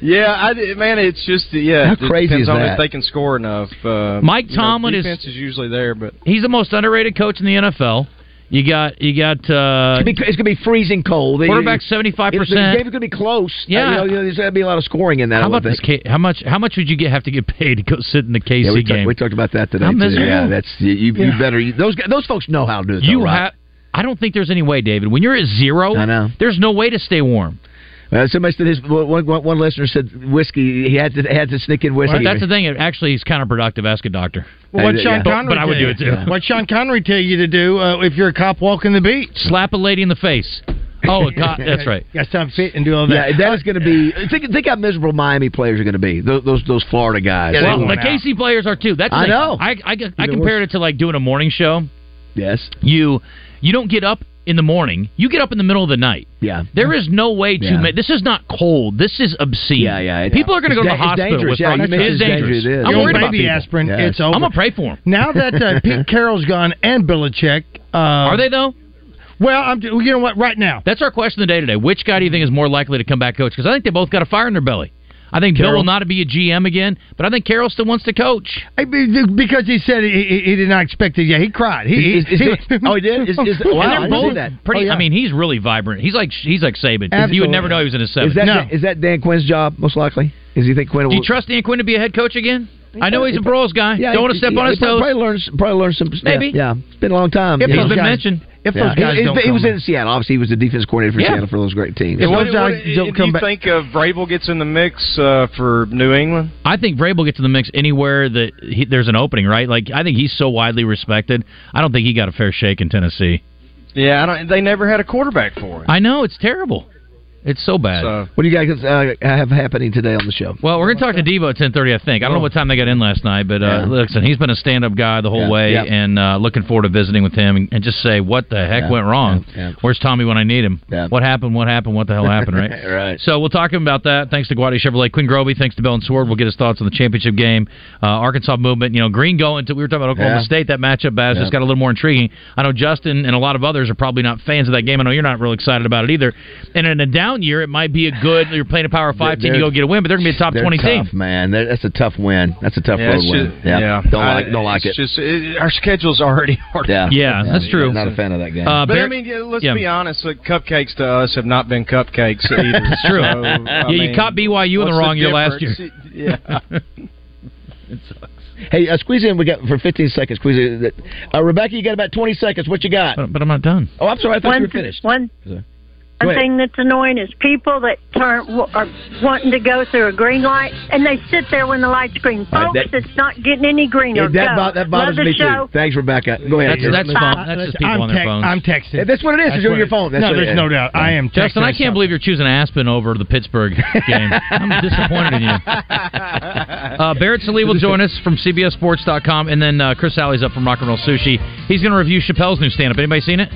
yeah, I, did- man, it's just yeah. How it crazy depends is on that? if they can score enough. Uh, Mike you know, Tomlin is- defense is usually there, but He's the most underrated coach in the NFL. You got you got uh, It's going to be freezing cold. They- quarterback seventy five It's- The game is percent. going to be close. Yeah. Uh, you know, you know, there's going to be a lot of scoring in that. How I would about this? think. K- how much? How much would you get have to get paid to go sit in the KC Yeah, we, talked- game? we talked about that today. How too. miserable. Yeah, that's you. You, you Yeah. better. You, those guys- those folks know how to do it. you though, right? have. I don't think there's any way, David. When you're at zero, I know. there's no way to stay warm. Uh, somebody said his one, one, one listener said whiskey. He had to had to sneak in whiskey. That's the thing. It actually is counterproductive. Ask a doctor. Well, what Sean But- Connery uh, but I would tell do it too. you? What Sean Connery tell you to do uh, if you're a cop walking the beach? Slap a lady in the face. Oh, God, that's right. Got to stop fit and do all that. yeah, that is going to be. Think, think how miserable Miami players are going to be. Those, those those Florida guys. well, the KC players are too. That's the I thing. know. I I, I the compared it to like doing a morning show. Yes. You you don't get up in the morning. You get up in the middle of the night. Yeah. There is no way to Yeah. make this is not cold. This is obscene. Yeah, yeah. People are going to go to It's the da- it's hospital dangerous. with Yeah, you bronchitis. mentioned It is it's dangerous. dangerous. It is. I'm Your worried about baby people. aspirin, Yeah. it's over. I'm gonna pray for him. Now that uh, Pete Carroll's gone and Belichick, uh, are they though? Well, I'm. You know what? Right now, That's our question of the day today. Which guy do you think is more likely to come back coach? Because I think they both got a fire in their belly. I think Bill Carroll. will not be a GM again, but I think Carroll still wants to coach. I mean, because he said he, he, he did not expect it. Yeah, he cried. He, Is- is- is- oh, he did? Is- is- and wow, they're I didn't both see that. pretty. Oh, yeah. I mean, he's really vibrant. He's like he's like Saban. You would never know he was in his seventies. Is that is that Dan Quinn's job most likely? Is he think Quinn Do will? you trust Dan Quinn to be a head coach again? I know he's a Broyles guy. Yeah, don't he- want to step he- on he his toes. Probably learns. Probably learns some. yeah, Maybe. Yeah, It's been a long time. If yeah. those He's been guys- mentioned. if those guys he, don't he was come in Seattle. Obviously, he was the defense coordinator for Yeah. Seattle for those great teams. What- what- do you think uh, Vrabel gets in the mix uh, for New England? I think Vrabel gets in the mix anywhere that he, there's an opening, right? Like I think he's so widely respected. I don't think he got a fair shake in Tennessee. Yeah, I don't, they never had a quarterback for him. I know it's terrible. It's so bad. What do you guys uh, have happening today on the show? Well, we're gonna talk to Devo at ten thirty, I think. I don't know what time they got in last night, but uh, Oh. Yeah. listen, he's been a stand up guy the whole Yeah, way, yeah. and uh, looking forward to visiting with him and, and just say what the heck Yeah, went wrong. yeah, yeah. Where's Tommy when I need him? What happened? What happened? What the hell happened? Right. right. So we'll talk about that. Thanks to Guadi Chevrolet, Quinn Groby. Thanks to Bell and Sword. We'll get his thoughts on the championship game, uh, Arkansas movement. You know, Green going to. We were talking about Oklahoma Yeah. State. That matchup, Baz, Yeah. just got a little more intriguing. I know Justin and a lot of others are probably not fans of that game. I know you're not real excited about it either. And in a down year, it might be a good. You're playing a Power Five team. You they're- go get a win, but they're gonna be a top They're twenty team. tough, man. They're, that's a tough win. That's a tough Yeah, road it's win. just- yeah. yeah. Don't I- like. Don't like it. it's just it, our schedule's already hard. yeah. Yeah, that's true. Not a fan of that game. Uh, but Bear- I mean, yeah, let's yeah. be honest. Like, cupcakes to us have not been cupcakes either. It's true. So, I yeah, you mean, caught BYU in what's the wrong year last year. difference? Yeah. hey, uh, squeeze in. We got for 15 seconds. Squeeze in. Uh, Rebecca, you got about 20 seconds. What you got? But, I'm not done. Oh, I'm sorry. I thought one, you were finished. One, Go one ahead. thing that's annoying is people that turn w- are wanting to go through a green light and they sit there when the light's green. Folks, All right, that- it's not getting any greener. Yeah, go. that, bo- that Love bothers the me show. too. Thanks, Rebecca. Go ahead. That's- that's phone- that's just people I'm on their tex- phones. I'm texting. Yeah, that's what it is. That's It's on what your it- phone. That's no, what it there's is. no doubt. I am Justin, texting I can't something. believe you're choosing Aspen over the Pittsburgh game. I'm disappointed in you. Uh, Barrett Salee will join us from CBSSports.com, and then uh, Chris Alley's up from Rock and Roll Sushi. He's going to review Chappelle's new stand-up. Anybody seen it?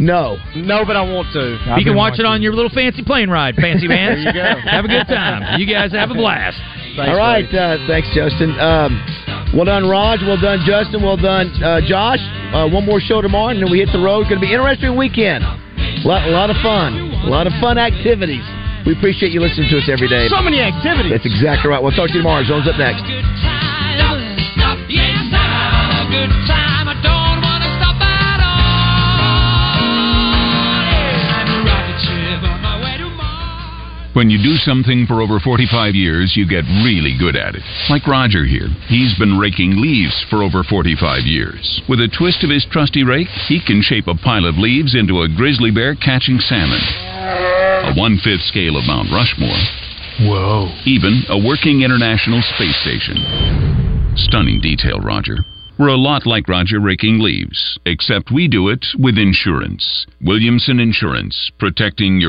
No. No, but I want to. you can watch it on your little fancy plane ride, fancy man. There you go. Have a good time. You guys have a blast. All right. Uh, thanks, Justin. Um, well done, Raj. Well done, Justin. Well done, uh, Josh. Uh, one more show tomorrow, and then we hit the road. Going to be an interesting weekend. A lot, a lot of fun. A lot of fun activities. We appreciate you listening to us every day. So many activities. That's exactly right. We'll talk to you tomorrow. Zone's up next. Stop, yes, have a good time. I don't want to stop at all. When you do something for over 45 years, you get really good at it. Like Roger here. He's been raking leaves for over 45 years. With a twist of his trusty rake, he can shape a pile of leaves into a grizzly bear catching salmon. A one fifth scale of Mount Rushmore. Whoa. Even a working international space station. Stunning detail, Roger. We're a lot like Roger raking leaves, except we do it with insurance. Williamson Insurance, protecting your